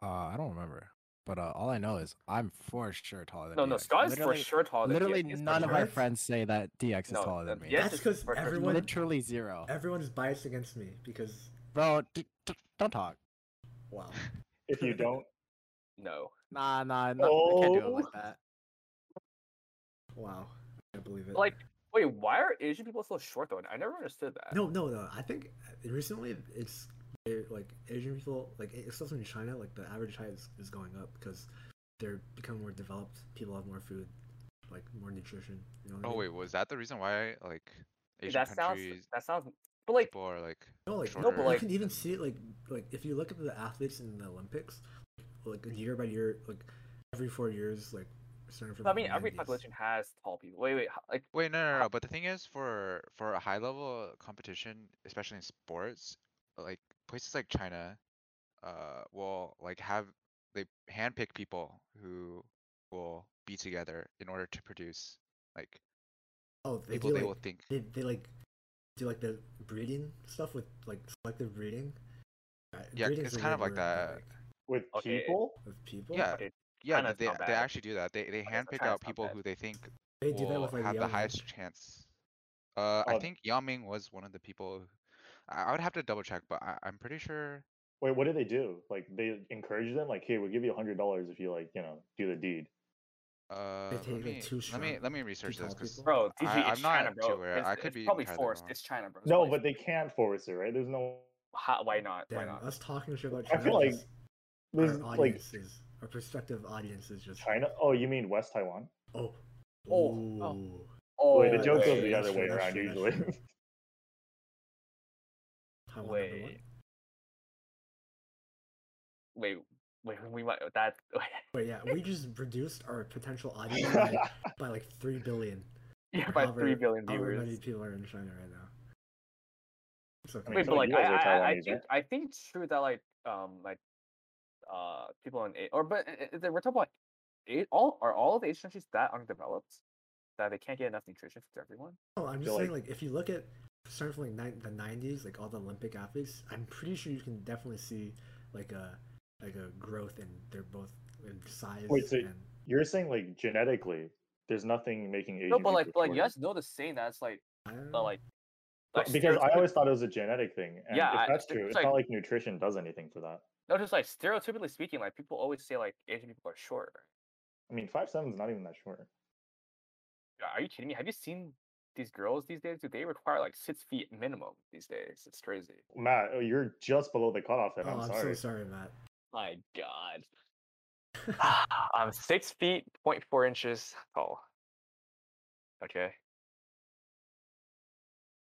Uh, I don't remember, but uh, all I know is I'm for sure taller than.
No, no,
DX.
Scott is for
Literally-
sure taller than
Literally,
Diaz. He's for
none of
sure.
my
Right?
friends say that DX is
No,
taller
that-
than me.
yes,
That's
it's
'cause
for sure.
everyone-
literally zero.
everyone's biased against me because
Bro, d- d- don't talk.
wow.
If you don't,
No.
Nah, nah, no, I can't do it
Oh.
like that.
Wow, I can't believe it.
Like wait, why are Asian people so short though? I never understood that.
no, no, no. I think uh, recently it's eh, like Asian people, like eh, especially in China, like the average height is, is going up because they're becoming more developed. People have more food, like more nutrition. You know what I
Oh
mean?
wait, was that the reason why like Asian
that sounds
countries
that sounds but like
people are like
No, like
No, but,
you
like-
can even see it, like like if you look at the athletes in the Olympics, like year by year, like every four years, like starting from.
I
the
mean every
90s.
population has tall people. Wait, wait, h- like
Wait, no, no,
uh
no. But the thing is, for for a high level competition, especially in sports, like places like China, uh, will like have they handpick people who will be together in order to produce like
Oh, they
people
do,
they
like,
will think.
they, they like do like the breeding stuff with like selective breeding. Uh,
Yeah,
breeding's
it's
a
kind of
weird
like
word, but,
that.
like,
with
Okay.
people,
with people.
Yeah,
okay,
Yeah,
China's
they
not
they
bad.
actually do that. They they
Okay, so
handpick
China's
out
not
people
bad.
who they think
they do that
will
with like
have the
young men.
highest chance. Uh, I
Oh.
think Yao Ming was one of the people. I, I would have to double check, but I, I'm pretty sure.
wait, what do they do? Like they encourage them, like, hey, we'll give you a hundred dollars if you like, you know, do the deed.
Uh,
take,
let
like,
me,
two
let me
strong
let me research this
tall
because
people.
Bro, DG,
I-
it's
I'm not
China,
too
bro.
aware.
It's,
I could
it's
be
probably
entirely
forced.
wrong.
It's China, bro. It's
No,
probably
but they can't force it, right? There's no.
How, why not? Why
Damn,
not?
us talking shit about
I
China.
feel like
is-
There's
our
like
audiences, our prospective audience is just
China. Oh, you mean West Taiwan?
Oh,
Oh,
oh,
Oh,
Wait, the
yeah,
joke goes
yeah,
the
that's
other
true,
way
that's
around
true, that's
usually.
true. Taiwan number one?
Wait. Wait, wait, we might that.
But yeah, we just reduced our potential audience by, by like three billion.
yeah, by
However-
three billion
However many
viewers.
people are in China right now? It's okay.
mean,
Wait,
some
but like
of you
I,
guys
I,
are
I- I
Taiwanese,
think I think it's true that like um like uh people in A- or but uh, uh, we're talking about eight all are all of the Asian countries that undeveloped that they can't get enough nutrition for everyone.
No, I'm just
feel
saying like if you look at starting from like nine, the '90s, like all the Olympic athletes, I'm pretty sure you can definitely see like a like a growth in their both in size
Wait, so-
and
You're saying like genetically, there's nothing making Asian.
No, but like
people
like you
shorter.
guys know the saying that's like
I don't
the
know.
like.
But- because I
stereotyp-
always thought it was a genetic thing. And
Yeah, I-
if that's
it's
true, it's
like-
not like nutrition does anything for that.
no, just like stereotypically speaking, like people always say like Asian people are short.
I mean, five seven is not even that short.
Are you kidding me? Have you seen these girls these days? Do they require like six feet minimum these days? It's crazy.
Matt, oh, you're just below the cutoff. Then
oh,
I'm,
I'm
sorry.
so sorry, Matt.
My God. I'm six feet, 0.4 inches tall. Okay.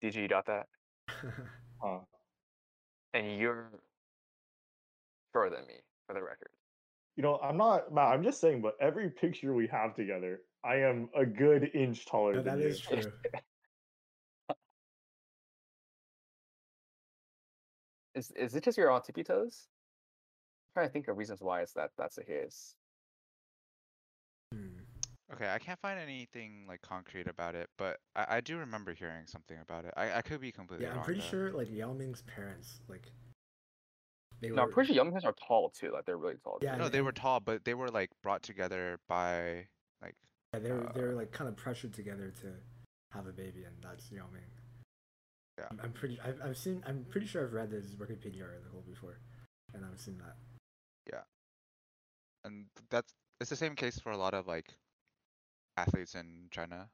DG, you got that?
Huh.
And you're shorter than me, for the record.
You know, I'm not Matt. I'm just saying. But every picture we have together, I am a good inch taller
no,
than
that
you.
is true.
Is is it just you're on tippy toes? I'm trying to think of reasons why it's that that's the case.
Hmm.
okay, I can't find anything like concrete about it, but I, I do remember hearing something about it. I, I could be completely
Yeah, I'm
wrong,
pretty
though.
sure like Yao Ming's parents, like they
No, I'm pretty sure young guys are tall too. Like they're really tall.
Yeah,
No,
and-
they
and-
were tall, but they were like brought together by like
yeah, they were they
uh,
were like kind of pressured together to have a baby, and that's Yao Ming.
Yeah.
I'm- I'm pretty. I've, I've seen. I'm pretty sure I've read this Wikipedia article before, and I've seen that.
and that's it's the same case for a lot of like athletes in China.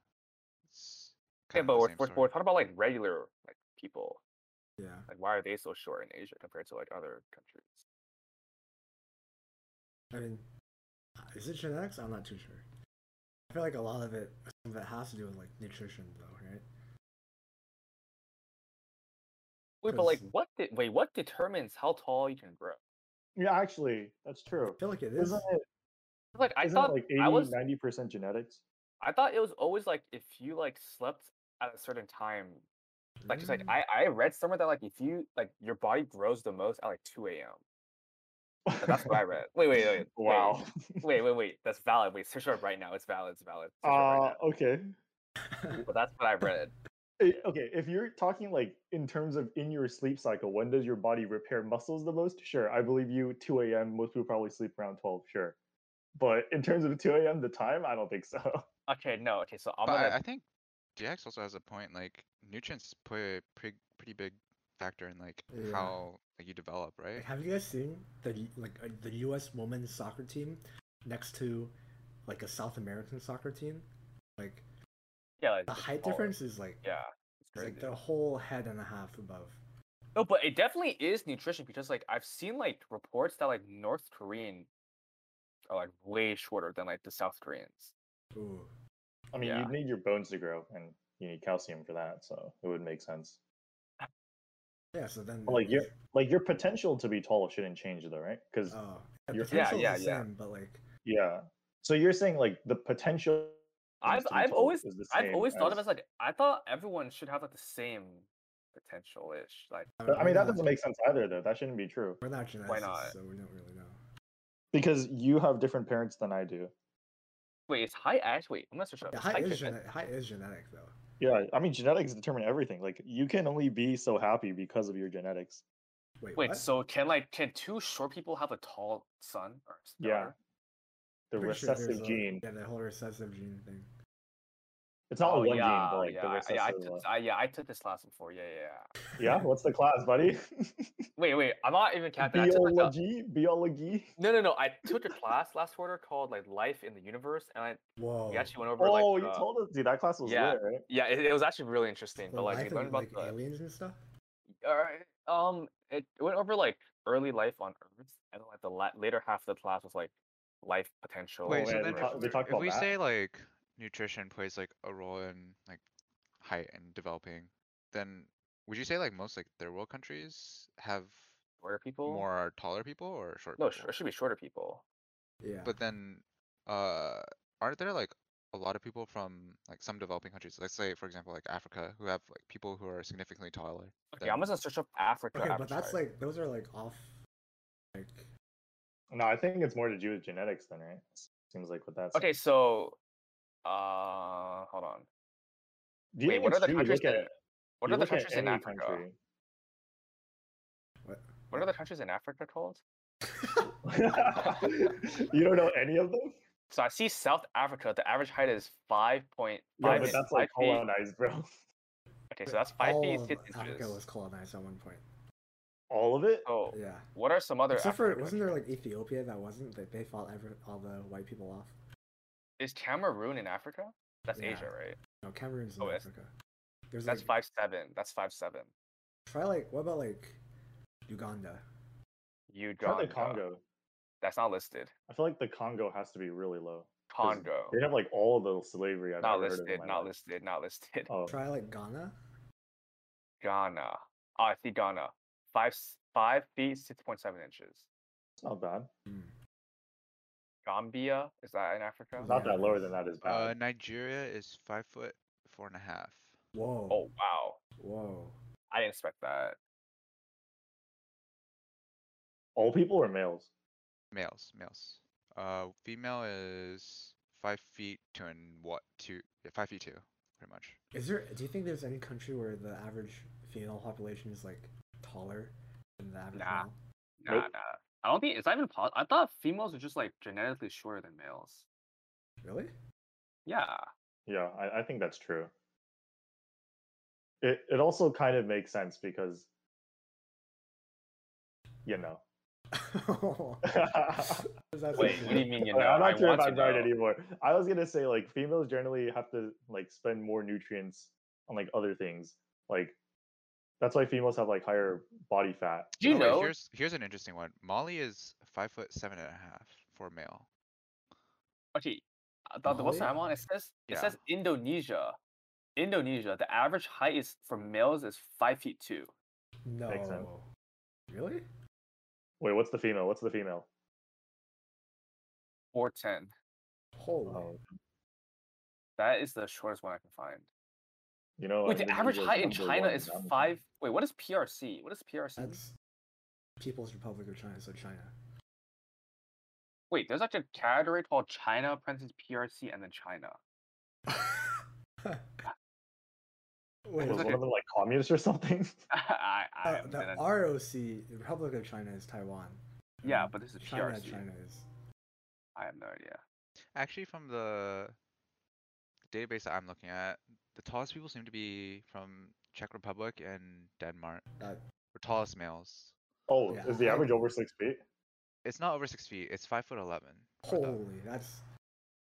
It's kind
Yeah,
of
but
the
we're,
same
we're,
story.
we're talking about like regular like people.
Yeah.
Like why are they so short in Asia compared to like other countries?
I mean, is it genetics? I'm not too sure. I feel like a lot of it, some of it has to do with like nutrition, though, right?
Wait, but like
Because-
what did wait, what determines how tall you can grow?
Yeah, actually, that's true.
I feel like it is.
Isn't it?
Like I
Isn't
thought
it like 80,
I was
90 percent genetics?
I thought it was always like if you like slept at a certain time, like just like
Mm.
I I read somewhere that like if you like your body grows the most at like two a.m. Like, That's what I read. Wait, wait, wait. wait,
wow.
Wait, wait, wait. That's valid. Wait, search it up right now. It's valid. It's valid. Search it up
Uh,
right
okay.
Hmm.
now. But that's what I read.
I- Okay, if you're talking like in terms of in your sleep cycle, when does your body repair muscles the most? Sure, I believe you. 2 a.m. Most people probably sleep around 12. Sure, but in terms of 2 a.m. the time, I don't think so.
Okay, no. Okay, so I'm
But
gonna.
I, I think GX also has a point. Like nutrients play a pretty pretty big factor in like
Yeah.
how like you develop, right?
Like, have you guys seen the U- like uh, the U.S. women's soccer team next to like a South American soccer team? Like
yeah, like,
the
it's
height
taller.
difference is like
Oh, Yeah, it's
is,
crazy.
like their whole head and a half above.
No, but it definitely is nutrition because like I've seen like reports that like North Korean are like way shorter than like the South Koreans.
Ooh,
I mean,
Yeah.
you need your bones to grow, and you need calcium for that, so it would make sense.
yeah. So then
Well, like,
yeah,
you're- Like your potential to be tall shouldn't change though, right? Because
oh, the
you're-
Yeah,
potential's
yeah,
the
yeah.
same, but like
yeah, so you're saying like the potential.
I've
to be
I've
tall
always
is the
I've
same
always thought of it
as-
as like I thought everyone should have like the same potential ish. Like
But, I mean,
we're
that
not-
doesn't make sense either, though. That shouldn't be true
We're not geneticists,
not?
so we don't really know.
because you have different parents than I do.
wait, it's high act wait, I'm gonna search it up.
Yeah,
It's
height is
difference-
genetic. Height is genetic though.
Yeah, I mean genetics determine everything. Like you can only be so happy because of your genetics.
Wait,
Wait,
what?
so can like can two short people have a tall son or s-
Yeah.
daughter?
The
Pretty sure there's
recessive
a-
gene.
Yeah, the whole recessive gene thing.
It's not
Oh,
a
yeah,
one game, but like
yeah,
the rest
I- yeah, I
of the
took, I, yeah, I took this class before. Yeah, yeah, yeah.
Yeah, what's the class, buddy?
Wait, wait, I'm not even counting. I took like a,
biology, biology.
no, no, no. I took a class last quarter called like Life in the Universe, and I
Whoa.
we actually went over
Oh,
like.
you
the-
told us, dude. That class was
yeah.
lit, right?
Yeah, it, it was actually really interesting.
The
But like
life
we learned
of,
about
like
the
aliens and stuff.
Alright. Um, it it went over like early life on Earth, and then like the la- later half of the class was like life potential.
Wait,
Oh,
so
yeah,
then
they
if,
talk- they
we're-
talk
if
about
we
that.
say like nutrition plays like a role in like height and developing, then would you say like most like third world countries have
shorter people.
more taller people or short
No, sh-
people?
it should be shorter people.
Yeah.
But then, uh, aren't there like a lot of people from like some developing countries, let's say for example like Africa, who have like people who are significantly taller?
Okay, I'm
than-
gonna search up Africa.
okay, but
after
that's
I-
like those are like off. Like
No, I think it's more to do with genetics, then, right? Seems like what that's.
Okay, so, uh, hold on.
do you
wait,
think
what
it's
are the
true? You
countries
look
that-
at-
What
you
are the
look at
countries in
any
Africa?
country.
what?
What are the countries in Africa called?
you don't know any of them?
So I see South Africa. The average height is five point
Yeah,
five.
but
in-
that's like
five feet-
colonized, bro.
Okay, so that's five
all
feet
of
six
Africa was
inches.
colonized at one point.
All of it?
Oh,
Yeah.
what are some other?
Except for
African
wasn't there
countries?
like Ethiopia that wasn't that they fought every, all the white people off?
Is Cameroon in Africa? That's
Yeah.
Asia, right?
No, Cameroon's in
Oh, it's-
Africa. There's
That's
like,
five seven. That's five seven.
Try like what about like Uganda?
Probably
Uganda.
Congo.
That's not listed.
I feel like the Congo has to be really low. 'cause
Congo.
They have like all the slavery I've
Not
ever heard of in
listed.
my
Not
life.
listed. Not listed.
Oh,
Try like Ghana.
Ghana. Oh, I see Ghana. Five s- five feet six point seven inches.
it's not bad.
Hmm.
Gambia is that in Africa?
Not
Yeah.
that lower than that is
Uh,
bad.
Nigeria is five foot four and a half.
Whoa.
Oh wow!
Whoa.
I didn't expect that.
all people are males.
Males, males. Uh, female is five feet two and what two? Yeah, five feet two, pretty much.
Is there? Do you think there's any country where the average female population is like taller than the average
Nah.
male?
Nah,
Nope.
nah. uh, I don't think it's not even possible. I thought females were just like genetically shorter than males.
Really?
Yeah.
Yeah, I, I think that's true. It it also kind of makes sense because you know.
That's
Wait, what do you
insane.
mean you
But
know?
I'm
I
not sure if
want to
I'm right
know.
anymore. I was gonna say like females generally have to like spend more nutrients on like other things. Like that's why females have like higher body fat.
Do you
Oh, wait,
know?
here's here's an interesting one. Molly is five foot seven and a half for male.
Okay, uh, the, the
Molly?
website I'm on it says it
Yeah.
says Indonesia. Indonesia, the average height is for males is five feet two.
No.
Makes sense.
Really?
Wait, what's the female? What's the female?
Four ten.
Holy.
Oh,
That is the shortest one I can find.
you know,
Wait, the
Indonesia
average
is
height in
number
China
one
is
Amazon.
five. Wait, what is PRC? What is PRC?
That's People's Republic of China. So China.
Wait, there's actually a category called China, parentheses PRC, and then China.
Wait,
Was
is
one of them like communist or something?
I, I,
Uh,
haven't
the
been in-
ROC, the Republic of China, is Taiwan.
yeah,
and
but this is
Mm, China,
PRC.
China is.
I have no idea.
Actually, from the database that I'm looking at, the tallest people seem to be from Czech Republic and Denmark.
Uh,
For tallest males,
Oh,
Yeah,
is the
I-
average over six feet?
it's not over six feet. It's five foot eleven. for the-
Holy, that's.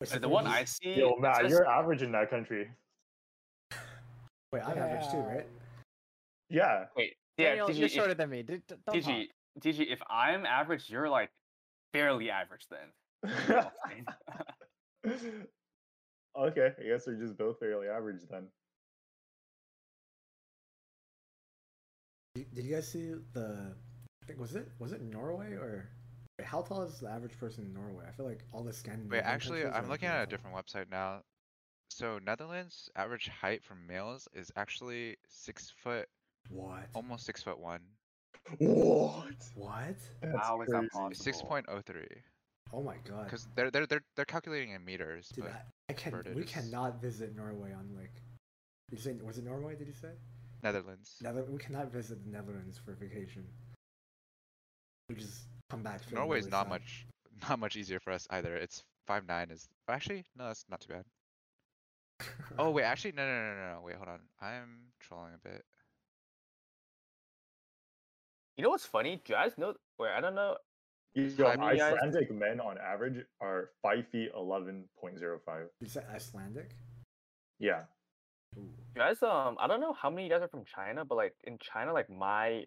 Wait,
Uh,
so
the one
there's-
I see.
Yo,
it
Matt,
says-
you're average in that country.
Wait, I'm average too, right?
Yeah.
Wait, yeah,
Daniel,
did
you're
you-
shorter than me. D- d- don't talk.
DG, DG, if I'm average, you're like barely average then. you know what I'm saying?
okay, I guess we're just both fairly average then.
Did, did you guys see the? I think was it was it Norway or? Wait, how tall is the average person in Norway? I feel like all the Scandinavian.
Wait, actually,
countries are,
I'm
like,
looking
really
at a
tall.
different website now. So Netherlands average height for males is actually six foot,
What?
almost six foot one.
What?
What?
That's
How is that
crazy.
possible?
Six
Cool.
point oh three.
Oh my god!
Because they're they're they're they're calculating in meters.
Dude,
but
I, I can.
converted
We
is-
cannot visit Norway on like. You say was it Norway? Did you say?
Netherlands.
Nether- we cannot visit the Netherlands for vacation. We just come back. feeling
Norway's
really
not
sad.
much not much easier for us either. It's five nine is actually no, that's not too bad. Oh wait, actually, no, no, no, no, no. Wait, hold on. I'm trolling a bit.
You know what's funny? Do you guys know? Wait, I don't know.
Yo,
I mean-
Icelandic men on average are five feet eleven point zero five.
You said Icelandic?
Yeah,
Ooh.
You guys, um, I don't know how many of you guys are from China, but like in China, like my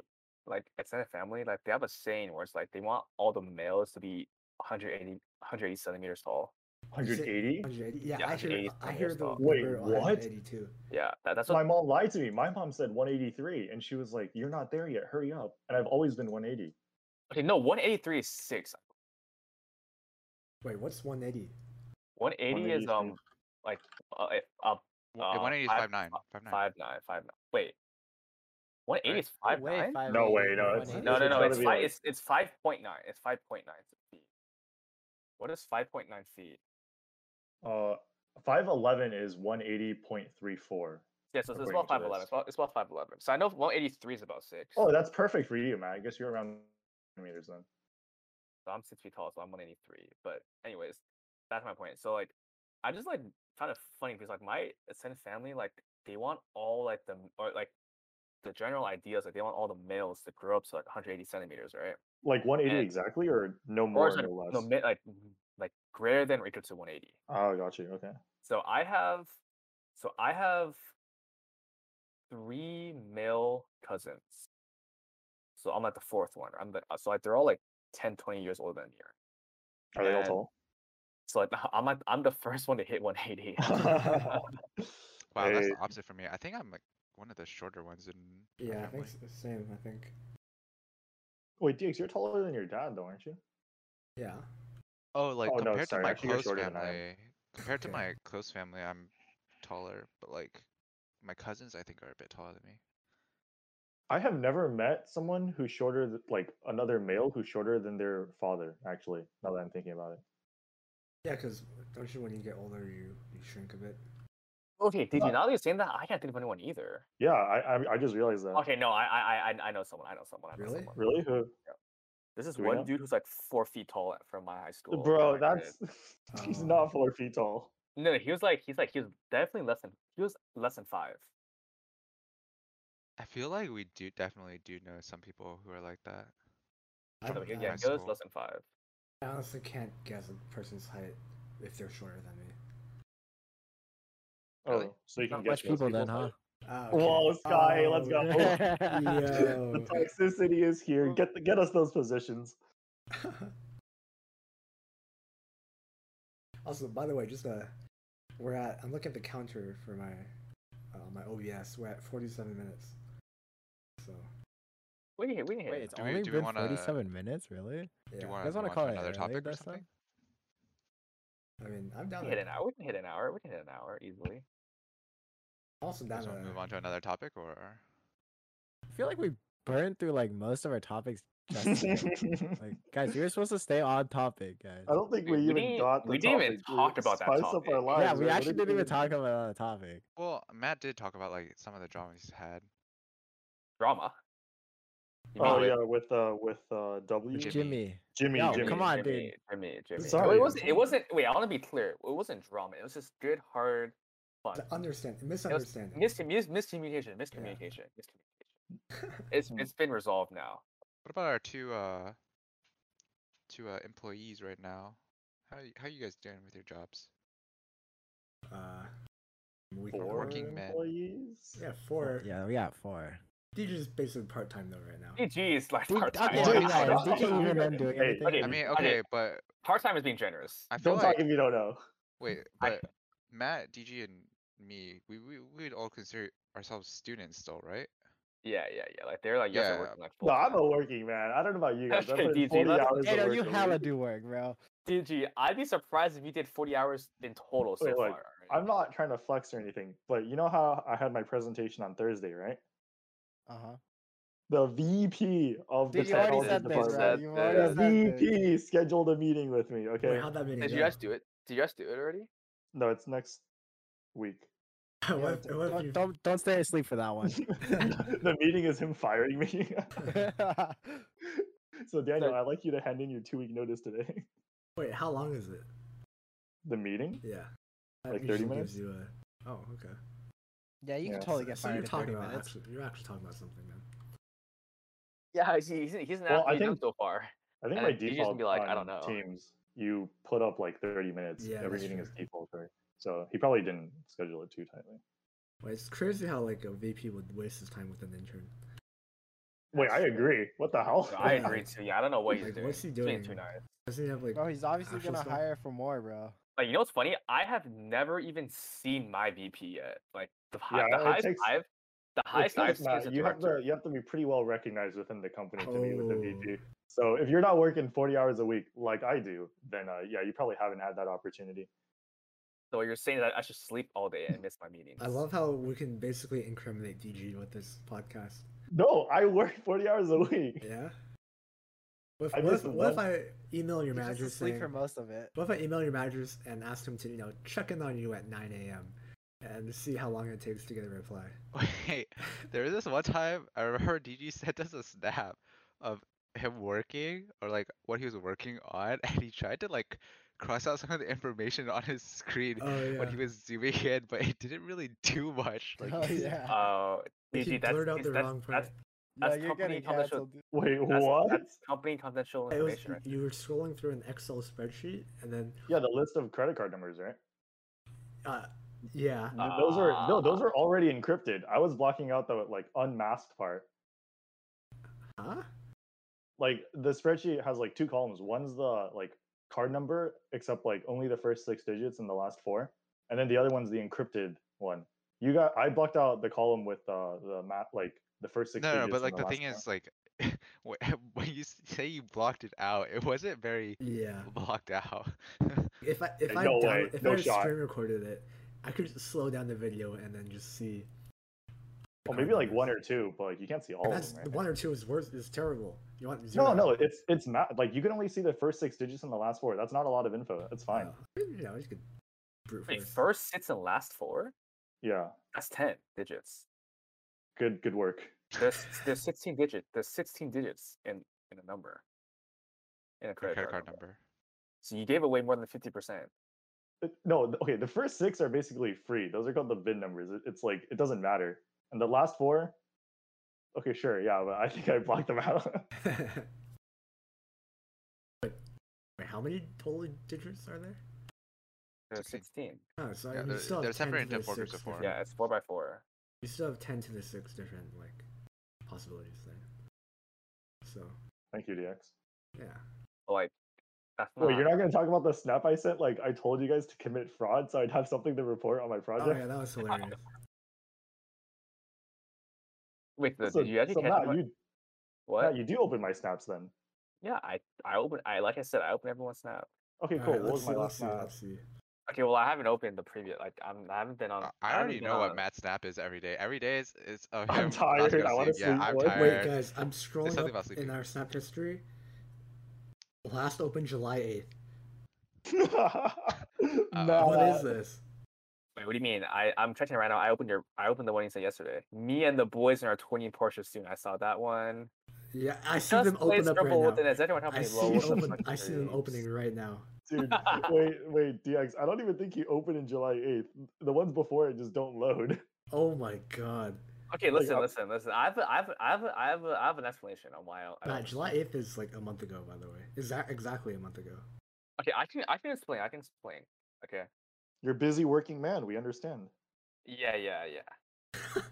like extended family, like they have a saying where it's like they want all the males to be 180, 180 centimeters tall.
You said
180.
180? Yeah,
Yeah,
I hear,
180
I hear the
overall.
Wait,
number
what?
182.
Yeah, that, that's
my
what.
mom lied to me. My mom said 183, and she was like, "You're not there yet. Hurry up." And I've always been 180.
Okay, no, one eighty three is six.
Wait, what's 180?
One eighty is
183.
um like uh, uh
One
Uh,
one eighty
five-
five nine. Five nine.
five nine five nine. Wait, one eighty
Right.
is five
Way
nine.
five
No
eight,
way, no,
one
it's-
eight.
No, no, no.
gotta
It's
be
five.
like-
It's it's five point nine. It's five point nine feet. What is five point nine feet?
Uh, 511 is 180.34.
Yeah, so it's- it's
According
about
to
five eleven.
this.
It's about, it's about five eleven. So I know one eighty three is about six.
Oh, that's perfect for you, man. I guess you're around meters then.
So I'm six feet tall, so I'm 183. But anyways, that's my point. So like, I just like kind of funny because like my extended family, like they want all like the or like the general ideas, like they want all the males to grow up to like 180 centimeters, right?
Like 180
And-
exactly, or no
Or
more,
it's like
no less.
no mid like m- like greater than or equal to 180.
oh, got you. Okay.
So I have, so I have three male cousins. So I'm like the fourth one. I'm the uh, so like they're all like 10, 20 years older than me. right?
Are they all
And-
tall?
So like, I'm like, I'm the first one to hit 180.
Wow, that's
Hey,
the opposite for me. I think I'm like one of the shorter ones in. my
Yeah, I think
family.
s- same, I think.
Wait, Dix, you're taller than your dad, though, aren't you?
Yeah.
Oh, like
Oh, no,
compared
sorry,
to my
actually, you're
close
shorter than I am.
family, compared to
Yeah.
my close family, I'm taller. But like my cousins, I think are a bit taller than me.
I have never met someone who's shorter, th- like another male who's shorter than their father. Actually, now that I'm thinking about it.
Yeah, because don't you, when you get older, you, you shrink a bit?
Okay, did you
Uh,
now that you're saying that? I can't think of anyone either.
Yeah, I I, I just realized that.
Okay, no, I I I I know someone. I know someone. I know
Really?
someone.
Really? Who?
This is
Do we
one
know?
dude who's like four feet tall at- from my high school.
Bro,
like, uh,
that's he's not four feet tall.
no. no, He was like he's like he was definitely less than he was less than five.
I feel like we do definitely do know some people who are like that.
I,
So
don't-
he,
I
yeah,
high
he was
school.
less than five.
I honestly can't guess a person's height if they're shorter than me.
Oh,
Really?
so you
Not
can
much
guess most
people then,
people's
huh?
height.
Oh,
Whoa, Sky, let's go. The
Oh.
Yo.
toxicity is here. Get the, get us those positions.
also, by the way, just uh, we're at. I'm looking at the counter for my uh, my OBS. We're at 47 minutes. So
We didn't hit. We didn't hit.
Wait, it's
Do we-
only
do we
been
wanna-
47 minutes, really?
yeah,
Do you want,
guys
do you
wanna
want
call it
another
early,
topic or
that's
something?
I mean, I'm
we
down.
can hit
To,
an hour. We can hit an hour. We can hit an hour easily.
I'm also down
Guys want to move
to.
on to another topic or?
I feel like we burned through like most of our topics. Just today.
I
like, guys, you were supposed to stay on topic, guys.
don't think
We-
we,
we
even
didn't-
got the
we didn't even
topic to
talk about that
spice
topic.
Up our lives,
Yeah, we
right? uh, What
actually
did
didn't even talk about a topic.
Well, Matt did talk about like some of the dramas he's had.
Drama. You mean
Oh
with
yeah, with uh with uh W
Jimmy.
Jimmy.
Jimmy.
Yo,
Jimmy.
come on,
Jimmy, Jimmy. Jimmy. No, it
Sorry, I'm
wasn't.
sorry.
It wasn't. Wait, I want to be clear. It wasn't drama. It was just good, hard fun.
the Understand misunderstanding.
Miscom- mis- miscommunication, miscommunication, miscommunication. It's
Mm.
it's been resolved now.
What about our two uh two uh, employees right now? How y- how you guys doing with your jobs?
uh, we
Four
Working men.
employees.
Yeah, four. Yeah.
Yeah, we got four.
They're just basically part time though right now.
DG's like
Dude,
part time.
okay,
Dude,
guys,
stop.
did you even them doing
Hey,
anything?
okay,
I
Mm,
mean,
I did-
okay, but
Part time is being generous.
I feel
Don't
like
talk if you don't know.
wait,
I-
but Matt, DG, and me, we we we'd all consider ourselves students still, right?
Yeah, yeah, yeah. Like they're like yes,
Yeah,
are working like full
No, I'm
time.
a working man. I don't know about you guys. I
Okay,
put in
DG,
40
let's-
hours
Hey,
of
no,
work
you
a
hella
week.
do work, bro.
DG, I'd be surprised if you did 40 hours in total so
Wait,
far.
look,
already.
I'm not trying to flex or anything, but you know how I had my presentation on Thursday, right?
Uh huh.
The VP of the
Dude, you already
technology
said this,
department.
bro.
said
You
The
already
this.
said this.
VP scheduled a meeting with me. Okay.
Wait, how'd that meeting
Did you
go?
guys do it? Did you guys do it already?
No, it's next week.
Yeah,
What if-
d-
what if you-
don't, don't don't stay asleep for that one.
the meeting is him firing me. so Daniel,
So-
I'd like you to hand in your two week notice today.
Wait, how long is it?
The meeting?
Yeah. That
Like 30
usually
minutes?
Gives you a, Oh, okay.
Yeah, you
Yeah,
can totally get
So you're
fired in
talking
30
about
minutes.
actually, you're actually talking about something, man.
Yeah, he's he's, he's an
Well, I
athlete now
think-
so far.
I think
And
my
you just
default
be like,
on
I don't know.
Teams, you put up like 30 minutes.
Yeah,
Every
that's
meeting is
true.
default, right? So he probably didn't schedule it too tightly.
Well, it's crazy how like a VP would waste his time with an intern.
Wait, I
That's-
agree. What the hell?
I
Yeah.
agree too. Yeah, I don't know what he's
Like,
doing.
what's he
It's being
doing?
Too nice.
Doesn't he have like?
Bro, he's obviously
actual
gonna
stuff?
hire for more, bro.
Like you know what's funny? I have never even seen my VP yet. Like the, hi-
Yeah,
the
it
highest
takes-
I've the
It's
highest I've
like,
seen
nah,
is a
you have
director.
to you have to be pretty well recognized within the company to be with a VP.
Oh.
So if you're not working 40 hours a week like I do, then uh, yeah, you probably haven't had that opportunity.
So you're saying that I should sleep all day and miss my meetings?
I love how we can basically incriminate DG with this podcast.
No, I work 40 hours a week.
Yeah. What
I
if, what if,
missed
what if
one.
I email your
He just
manager
asleep
saying?
for most of it.
What if I email your manager and ask him to you know check in on you at 9 a.m. and see how long it takes to get a reply?
Wait, there was this one time I remember DG sent us a snap of him working or like what he was working on, and he tried to like cross out some of the information on his screen
Oh yeah.
when he was zooming in, but it didn't really do much. Like, uh,
oh yeah.
Oh,
He
DG, that's,
blurred out
that's,
the
that's,
wrong
that's,
yeah,
that's
you're
company
getting
published with-
canceled. dude.
Wait,
that's,
what?
that's company confidential
It was
information. right?
you were scrolling through an Excel spreadsheet and then
Yeah, the list of credit card numbers, right?
uh yeah
Th- those are no, those
Ah.
are already encrypted. I was blocking out the like unmasked part.
huh
Like the spreadsheet has like two columns. One's the like card number, except like only the first six digits and the last four, and then the other one's the encrypted one. You got I blocked out the column with uh, the map like the first six.
no, no,
digits
no, but
and
like the
last
thing
four.
is, like, wh- when you s- say you blocked it out, it wasn't very
yeah
blocked out.
if I if
Eh,
I
no
down,
way,
if
no
I
shot.
screen recorded it I could just slow down the video and then just see the
well, maybe
card
like one or
numbers.
two, but like you can't see all
And
of
that's
them, right?
one or two is worse is terrible you want
No,
zero.
no, it's it's not like you can only see the first six digits and the last four. That's not a lot of info. That's fine.
Oh, you know you could brute
Wait,
force
first sits and last four?
Yeah,
That's ten digits.
good good work.
There's there's sixteen digit. There's sixteen digits in in a number. In a
Your
credit,
credit
card
card
number.
number.
So you gave away more than fifty percent.
Uh, No, th- okay. The first six are basically free. Those are called the VIN numbers. It- It's like it doesn't matter. And the last four, okay, sure, yeah, but I think I blocked them out.
Wait, wait, how many total digits are there
There's
16.
sixteen.
oh so
Yeah,
you
they're-
still have
they're
10 to
separated into
the
four groups
six
of four.
different-
Yeah, it's four by four.
you still have 10 to the 6 different like possibilities there so
Thank you, DX.
yeah
But like that's not.
Wait, you're not gonna talk about the snap I sent? Like I told you guys to commit fraud, so I'd have something to report on my
oh yeah
project.
that was hilarious
Wait, the,
So,
did you actually
so
catch
Matt,
what?
you,
what?
Matt, you do open my snaps then.
Yeah, I I open I like I said I open everyone's snap.
Okay,
All
cool.
right,
what
let's
was
see,
my
let's
last
see,
snap?
let's see.
Okay, well I haven't opened the previous like I'm I haven't been on.
I
I
Uh, I
haven't
already
been
know
on-
what Matt's snap is every day. Every day is oh, it's of
I'm
him not
tired,
go
I wanna
sleep. Yeah,
sleep
I'm
more. Wait,
wait
tired.
guys i'm scrolling
something
up
about
in
sleeping.
our snap history last open july 8th
Uh, Oh,
Nah.
what is this
Wait, what do you mean? I I'm checking right now. I opened your I opened the one you said yesterday. Me and the boys in our 20 Porsche soon. I saw that one.
yeah i see
Just
them
play
open up
Scrabble
right
with
now
it. Is everyone
I
helping me
see,
load the
open,
fucking
I see them
grapes?
opening right now.
Dude, wait, wait, DX. I don't even think you open in July 8th. The ones before it just don't load.
Oh my god.
Okay, listen,
I'll-
listen, listen. I have, a, I have, a, I have, a, I have, a, I have an explanation on why. I don't
Matt,
understand.
July 8th is like a month ago, by the way. Is that exactly a month ago?
Okay, I can, I can explain. I can explain. Okay.
You're a busy working man. We understand.
Yeah, yeah, yeah.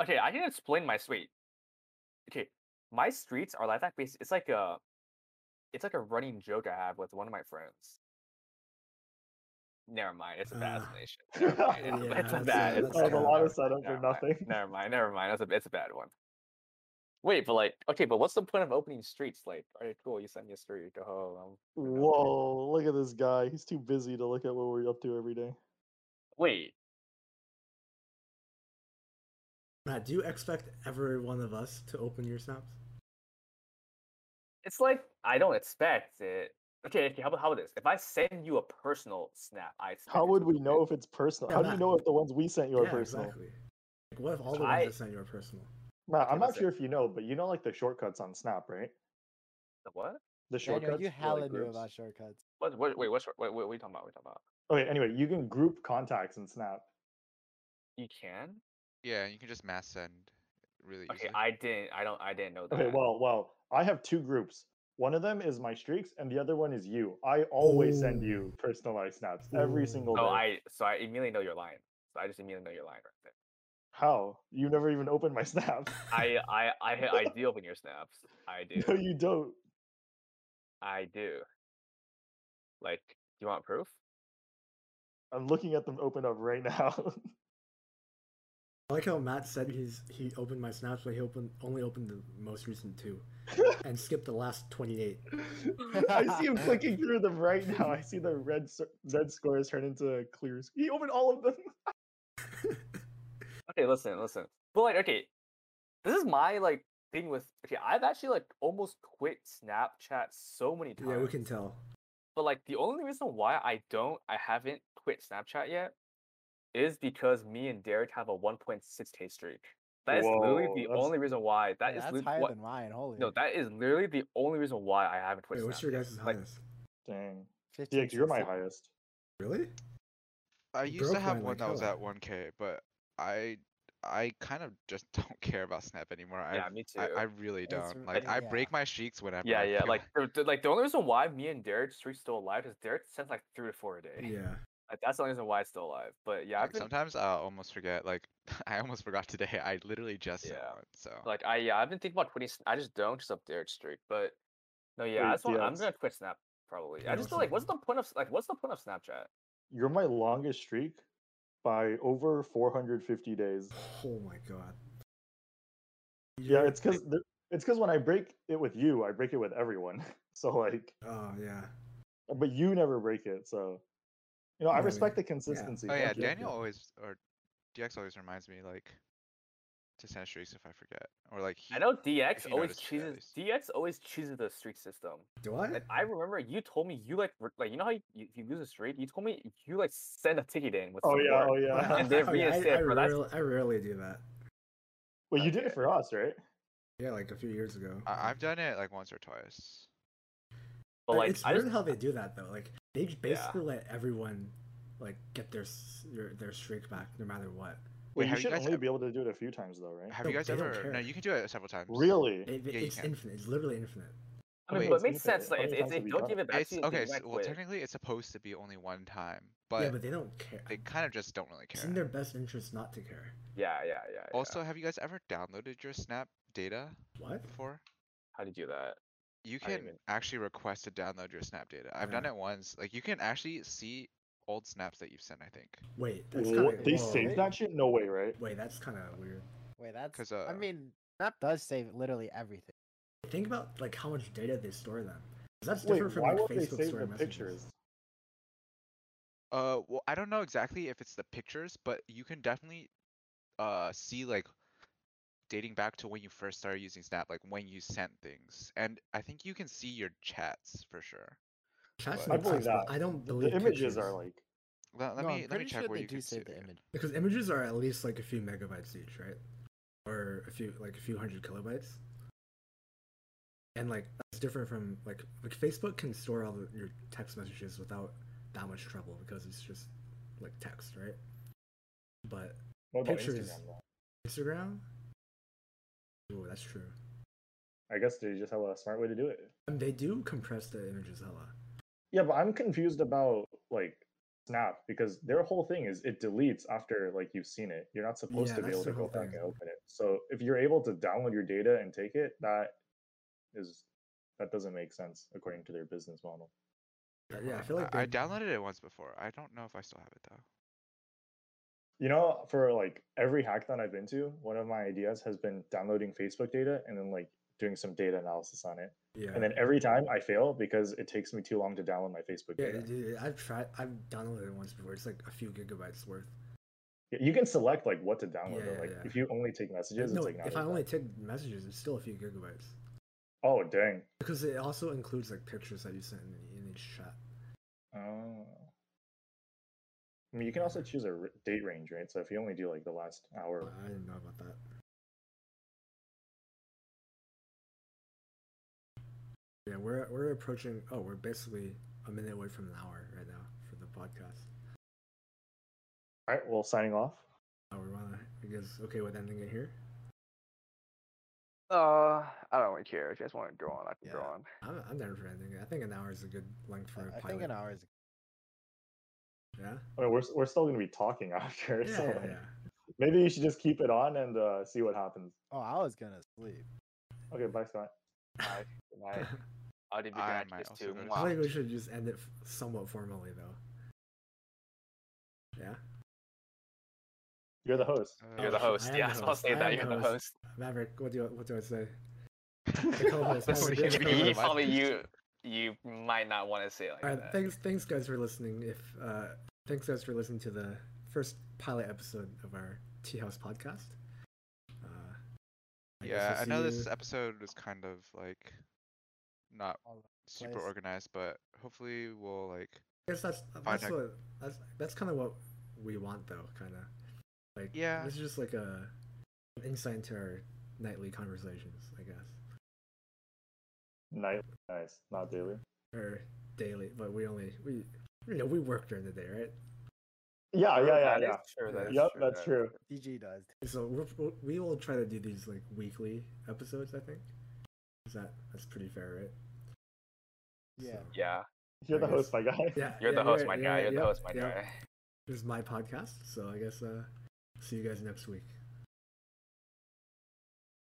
okay, I can explain my street. Okay, my streets are like that. Based, it's like a, it's like a running joke I have with one of my friends. Never mind. It's a bad
Ah.
explanation. Never mind. It's,
Yeah,
it's a
that's
bad.
a-
It's
that's kind
a
Oh,
bad
the
of-
one.
lot of setup for
Never mind.
nothing.
Never mind. Never mind. That's a, it's a bad one. Wait, but like, okay, but what's the point of opening streets? Like, all right, cool. You send me a street. Go home. I'm- I'm-
Whoa, look at this guy. He's too busy to look at what we're up to every day.
Wait.
Matt, do you expect every one of us to open your snaps?
it's like I don't expect it. Okay, okay, how about how about this? If I send you a personal snap, I expect
How
it
would
to
we
be
know
good.
if it's personal?
Yeah,
How do you
Matt.
know if the ones we sent you are
yeah,
personal?
exactly. Like, what if all the ones
I-
I sent you are personal?
Matt, I'm
Okay,
not
listen.
sure if you know, but you know like the shortcuts on Snap, right?
The what?
The
Daniel,
shortcuts.
you
for, like,
hella knew
groups.
about shortcuts.
What? what wait, what's what? What, what are you talking about? What are you talking about?
Okay, anyway, you can group contacts in Snap.
You can.
Yeah, you can just mass send really
Okay,
easily.
I didn't. I don't. I didn't know that.
Okay, well, well, I have two groups. One of them is my streaks, and the other one is you. I always send
Ooh.
you personalized snaps every
Ooh.
single day.
so Oh, I. So I immediately know you're lying. So I just immediately know you're lying right there.
How? You never even open my snaps.
I. I. I. I deal with your snaps. I do.
no, you don't.
I do. Like, do you want proof?
I'm looking at them open up right now.
I like how Matt said he's he opened my snaps, but he opened only opened the most recent two, and skipped the last twenty eight.
I see him clicking through them right now. I see the red cir- red squares turn into clear. squ- He opened all of them.
Okay, listen, listen. But like, okay, this is my like thing with. Okay, I've actually like almost quit Snapchat so many times.
Yeah, we can tell.
But like the only reason why I don't, I haven't quit Snapchat yet, is because me and Derek have a 1.6k streak. That is
Whoa,
literally the
that's-
only reason why. That
Yeah,
is
that's
lit-
higher
what-
than mine. Holy.
no, that is literally the only reason why I haven't quit
Wait, what's your
Snapchat.
guys'
Like,
highest?
Dang.
15,
DX, you're my
16.
highest.
Really?
I
You
used to
broke
have
mine
one
like
that was
hell.
at 1K, but I I kind of just don't care about Snap anymore.
yeah,
I,
me too.
I I really
It's
don't.
r-
Like I
yeah.
break my streaks whenever.
yeah,
I
yeah.
feel
Like, the- the- like the only reason why me and Derek's streak's still alive is Derek sends like three to four a day.
Yeah.
Like, that's the only reason why it's still alive. But yeah, I've
Like,
been
sometimes I almost forget. Like I almost forgot today. I literally just sent
Yeah.
one. So
like I yeah, I've been thinking about quitting. Sn- I just don't just up Derek Street. But no, yeah,
Wait,
that's what I'm
DX.
gonna quit Snap probably.
Yeah,
I
what's
just feel
up?
like what's the point of like what's the point of Snapchat?
You're my longest streak by over 450 days.
Oh my god.
Yeah,
You're-
it's because it's because when I break it with you, I break it with everyone. So like,
Oh yeah.
but you never break it. So you know, I
Yeah, I
respect the
yeah.
consistency.
oh yeah,
thank you.
Daniel always or DX always reminds me like to send streaks if I forget or like he,
I know DX
you
always
noticed it, at
chooses
least.
DX always chooses the streak system.
Do I?
And I remember you told me you like re- like you know how you, you, you lose a streak. You told me you like send a ticket in with
Oh yeah, oh
support.
yeah.
And then
Oh, yeah, I,
reinstate,
I,
bro, that's-
rarely, I rarely do that.
Well, you did it for us, right?
Yeah, like a few years ago.
I, I've done it like once or twice.
But like
it's
I
weird
just
how they do that though. Like they j- basically let everyone like get their s- their, their streak back no matter what.
Well,
Wait,
you
have you
should
guys
only
ev-
be able to do it a few times though, right?
Have
No,
you guys
they don't
ever? No,
care.
you can do it several times.
Really?
It, it-
Yeah, you
it's
can.
infinite. It's literally infinite.
I mean,
wait,
but it
it's
makes
infinite.
sense. Like
How
if,
many
if
times
they
have you
don't
done
give it back
It's
to you, then
okay.
you might
So, well,
quit.
technically, it's supposed to be only one time,
yeah,
but
but they don't care.
they kind of just don't really
It's
care.
in their best interest not to care.
Yeah, yeah, yeah. yeah.
Also, have you guys ever downloaded your Snap data
What?
before?
how do you do that?
You
I
can
didn't even-
actually request to download your Snap data. I've done
Yeah.
it once. Like you can actually see old snaps that you've sent. I think.
Wait, that's kind
What?
of
They
whoa,
saved
wait.
that shit? No way, right?
Wait, that's kind of weird.
Wait, that's.
'Cause,
I
uh,
mean, Snap does save literally everything.
Think about like how much data they store then. 'Cause That's
Wait,
different from
why
like
would they
Facebook
save
story
the
messages.
pictures?
Uh, well, I don't know exactly if it's the pictures, but you can definitely, uh, see like dating back to when you first started using Snap, like when you sent things, and I think you can see your chats for sure.
Chats makes
But-
I believe
sense, but
that.
I don't
The
believe
images
pictures.
are like
Let, let
no,
me
I'm
let me
pretty
check
sure
where
they
you
do
can see
save
it
the
again.
image.
because images are at least like a few megabytes each, right? Or a few like a few hundred kilobytes. And like that's different from like like Facebook can store all the, your text messages without that much trouble because it's just like text, right? But
what about
Pictures.
Instagram? Though?
Instagram, ooh, that's true.
I guess they just have a smart way to do it.
And they do compress the images hella.
Yeah, but I'm confused about like Snap because their whole thing is it deletes after like you've seen it. You're not supposed
Yeah,
to be
that's
able to
their
go
whole
back
thing.
and open it. So if you're able to download your data and take it, that is that doesn't make sense according to their business model.
But yeah, I
Huh,
feel like
I, I
they-
downloaded it once before. I don't know if I still have it though.
You know, for like every hackathon I've been to, one of my ideas has been downloading Facebook data and then like doing some data analysis on it.
yeah.
And then every time I fail because it takes me too long to download my Facebook
yeah,
data.
dude, I've tried. I've downloaded it once before. It's like a few gigabytes worth.
Yeah, You can select like what to download.
Yeah,
though.
yeah,
like
yeah.
if you only take messages,
no,
it's like not.
if I
worth it.
only take messages, it's still a few gigabytes.
Oh dang.
Because it also includes like pictures that you sent in, in each chat.
Oh. I mean, you can also choose a r- date range, right? So if you only do like the last hour,
I didn't know about that. Yeah, we're we're approaching. Oh, we're basically a minute away from an hour right now for the podcast.
all right. Well, signing off.
Oh, we wanna. I guess okay with ending it here.
Uh, I don't really care. If you guys want to go on, I can
Yeah.
go on.
I'm, I'm down for ending it. I think an hour is a good length for a
I- I
pilot.
think an hour is
Yeah.
I mean, we're s- we're still gonna be talking after,
Yeah,
so
yeah,
like,
yeah.
maybe you should just keep it on and uh, see what happens.
Oh, I was gonna sleep.
Okay, bye, Scott.
Alright, good night. I'll give you
I
guys
might
this
also
too.
go to
I
Mwah.
think we should just end it f- somewhat formally though. Yeah.
You're the host.
You're the
Uh,
Oh, shit, I
host.
am
Yeah,
the
I was
host.
say
I am
that. You're
the
the
host.
host.
Maverick, what do you, what do I say? The co-host.
That's
Maverick, you're
what
the
you mean.
you
co-host.
Mike.
probably you you might not want to say it like
All right,
that.
thanks, thanks guys for listening. If uh, thanks guys for listening to the first pilot episode of our Tea House podcast. Uh, I guess
yeah,
we'll
I know
see
this
you-
episode was kind of like not
All over the
super
place.
organized, but hopefully we'll like
I guess that's
Fine,
that's
I-
what, that's, that's kind of what we want though, kind of like
Yeah.
This is just like a an insight into our nightly conversations, I guess,
Night, nice, not daily.
or daily. But we only we you know we work during the day, right?
Ah, Yeah,
True,
yeah, yeah,
that
yeah.
is true, that is
Yep, that's
that is
true.
DG does.
So we're, we will try to do these like weekly episodes. I think is that that's pretty fair, right?
Yeah.
So-
Yeah,
You're the
I guess-
host, my guy.
Yeah,
you're
yeah,
the host, my
yeah,
guy. You're the
yep,
host, my
yep.
guy.
This is my podcast, so I guess uh, see you guys next week.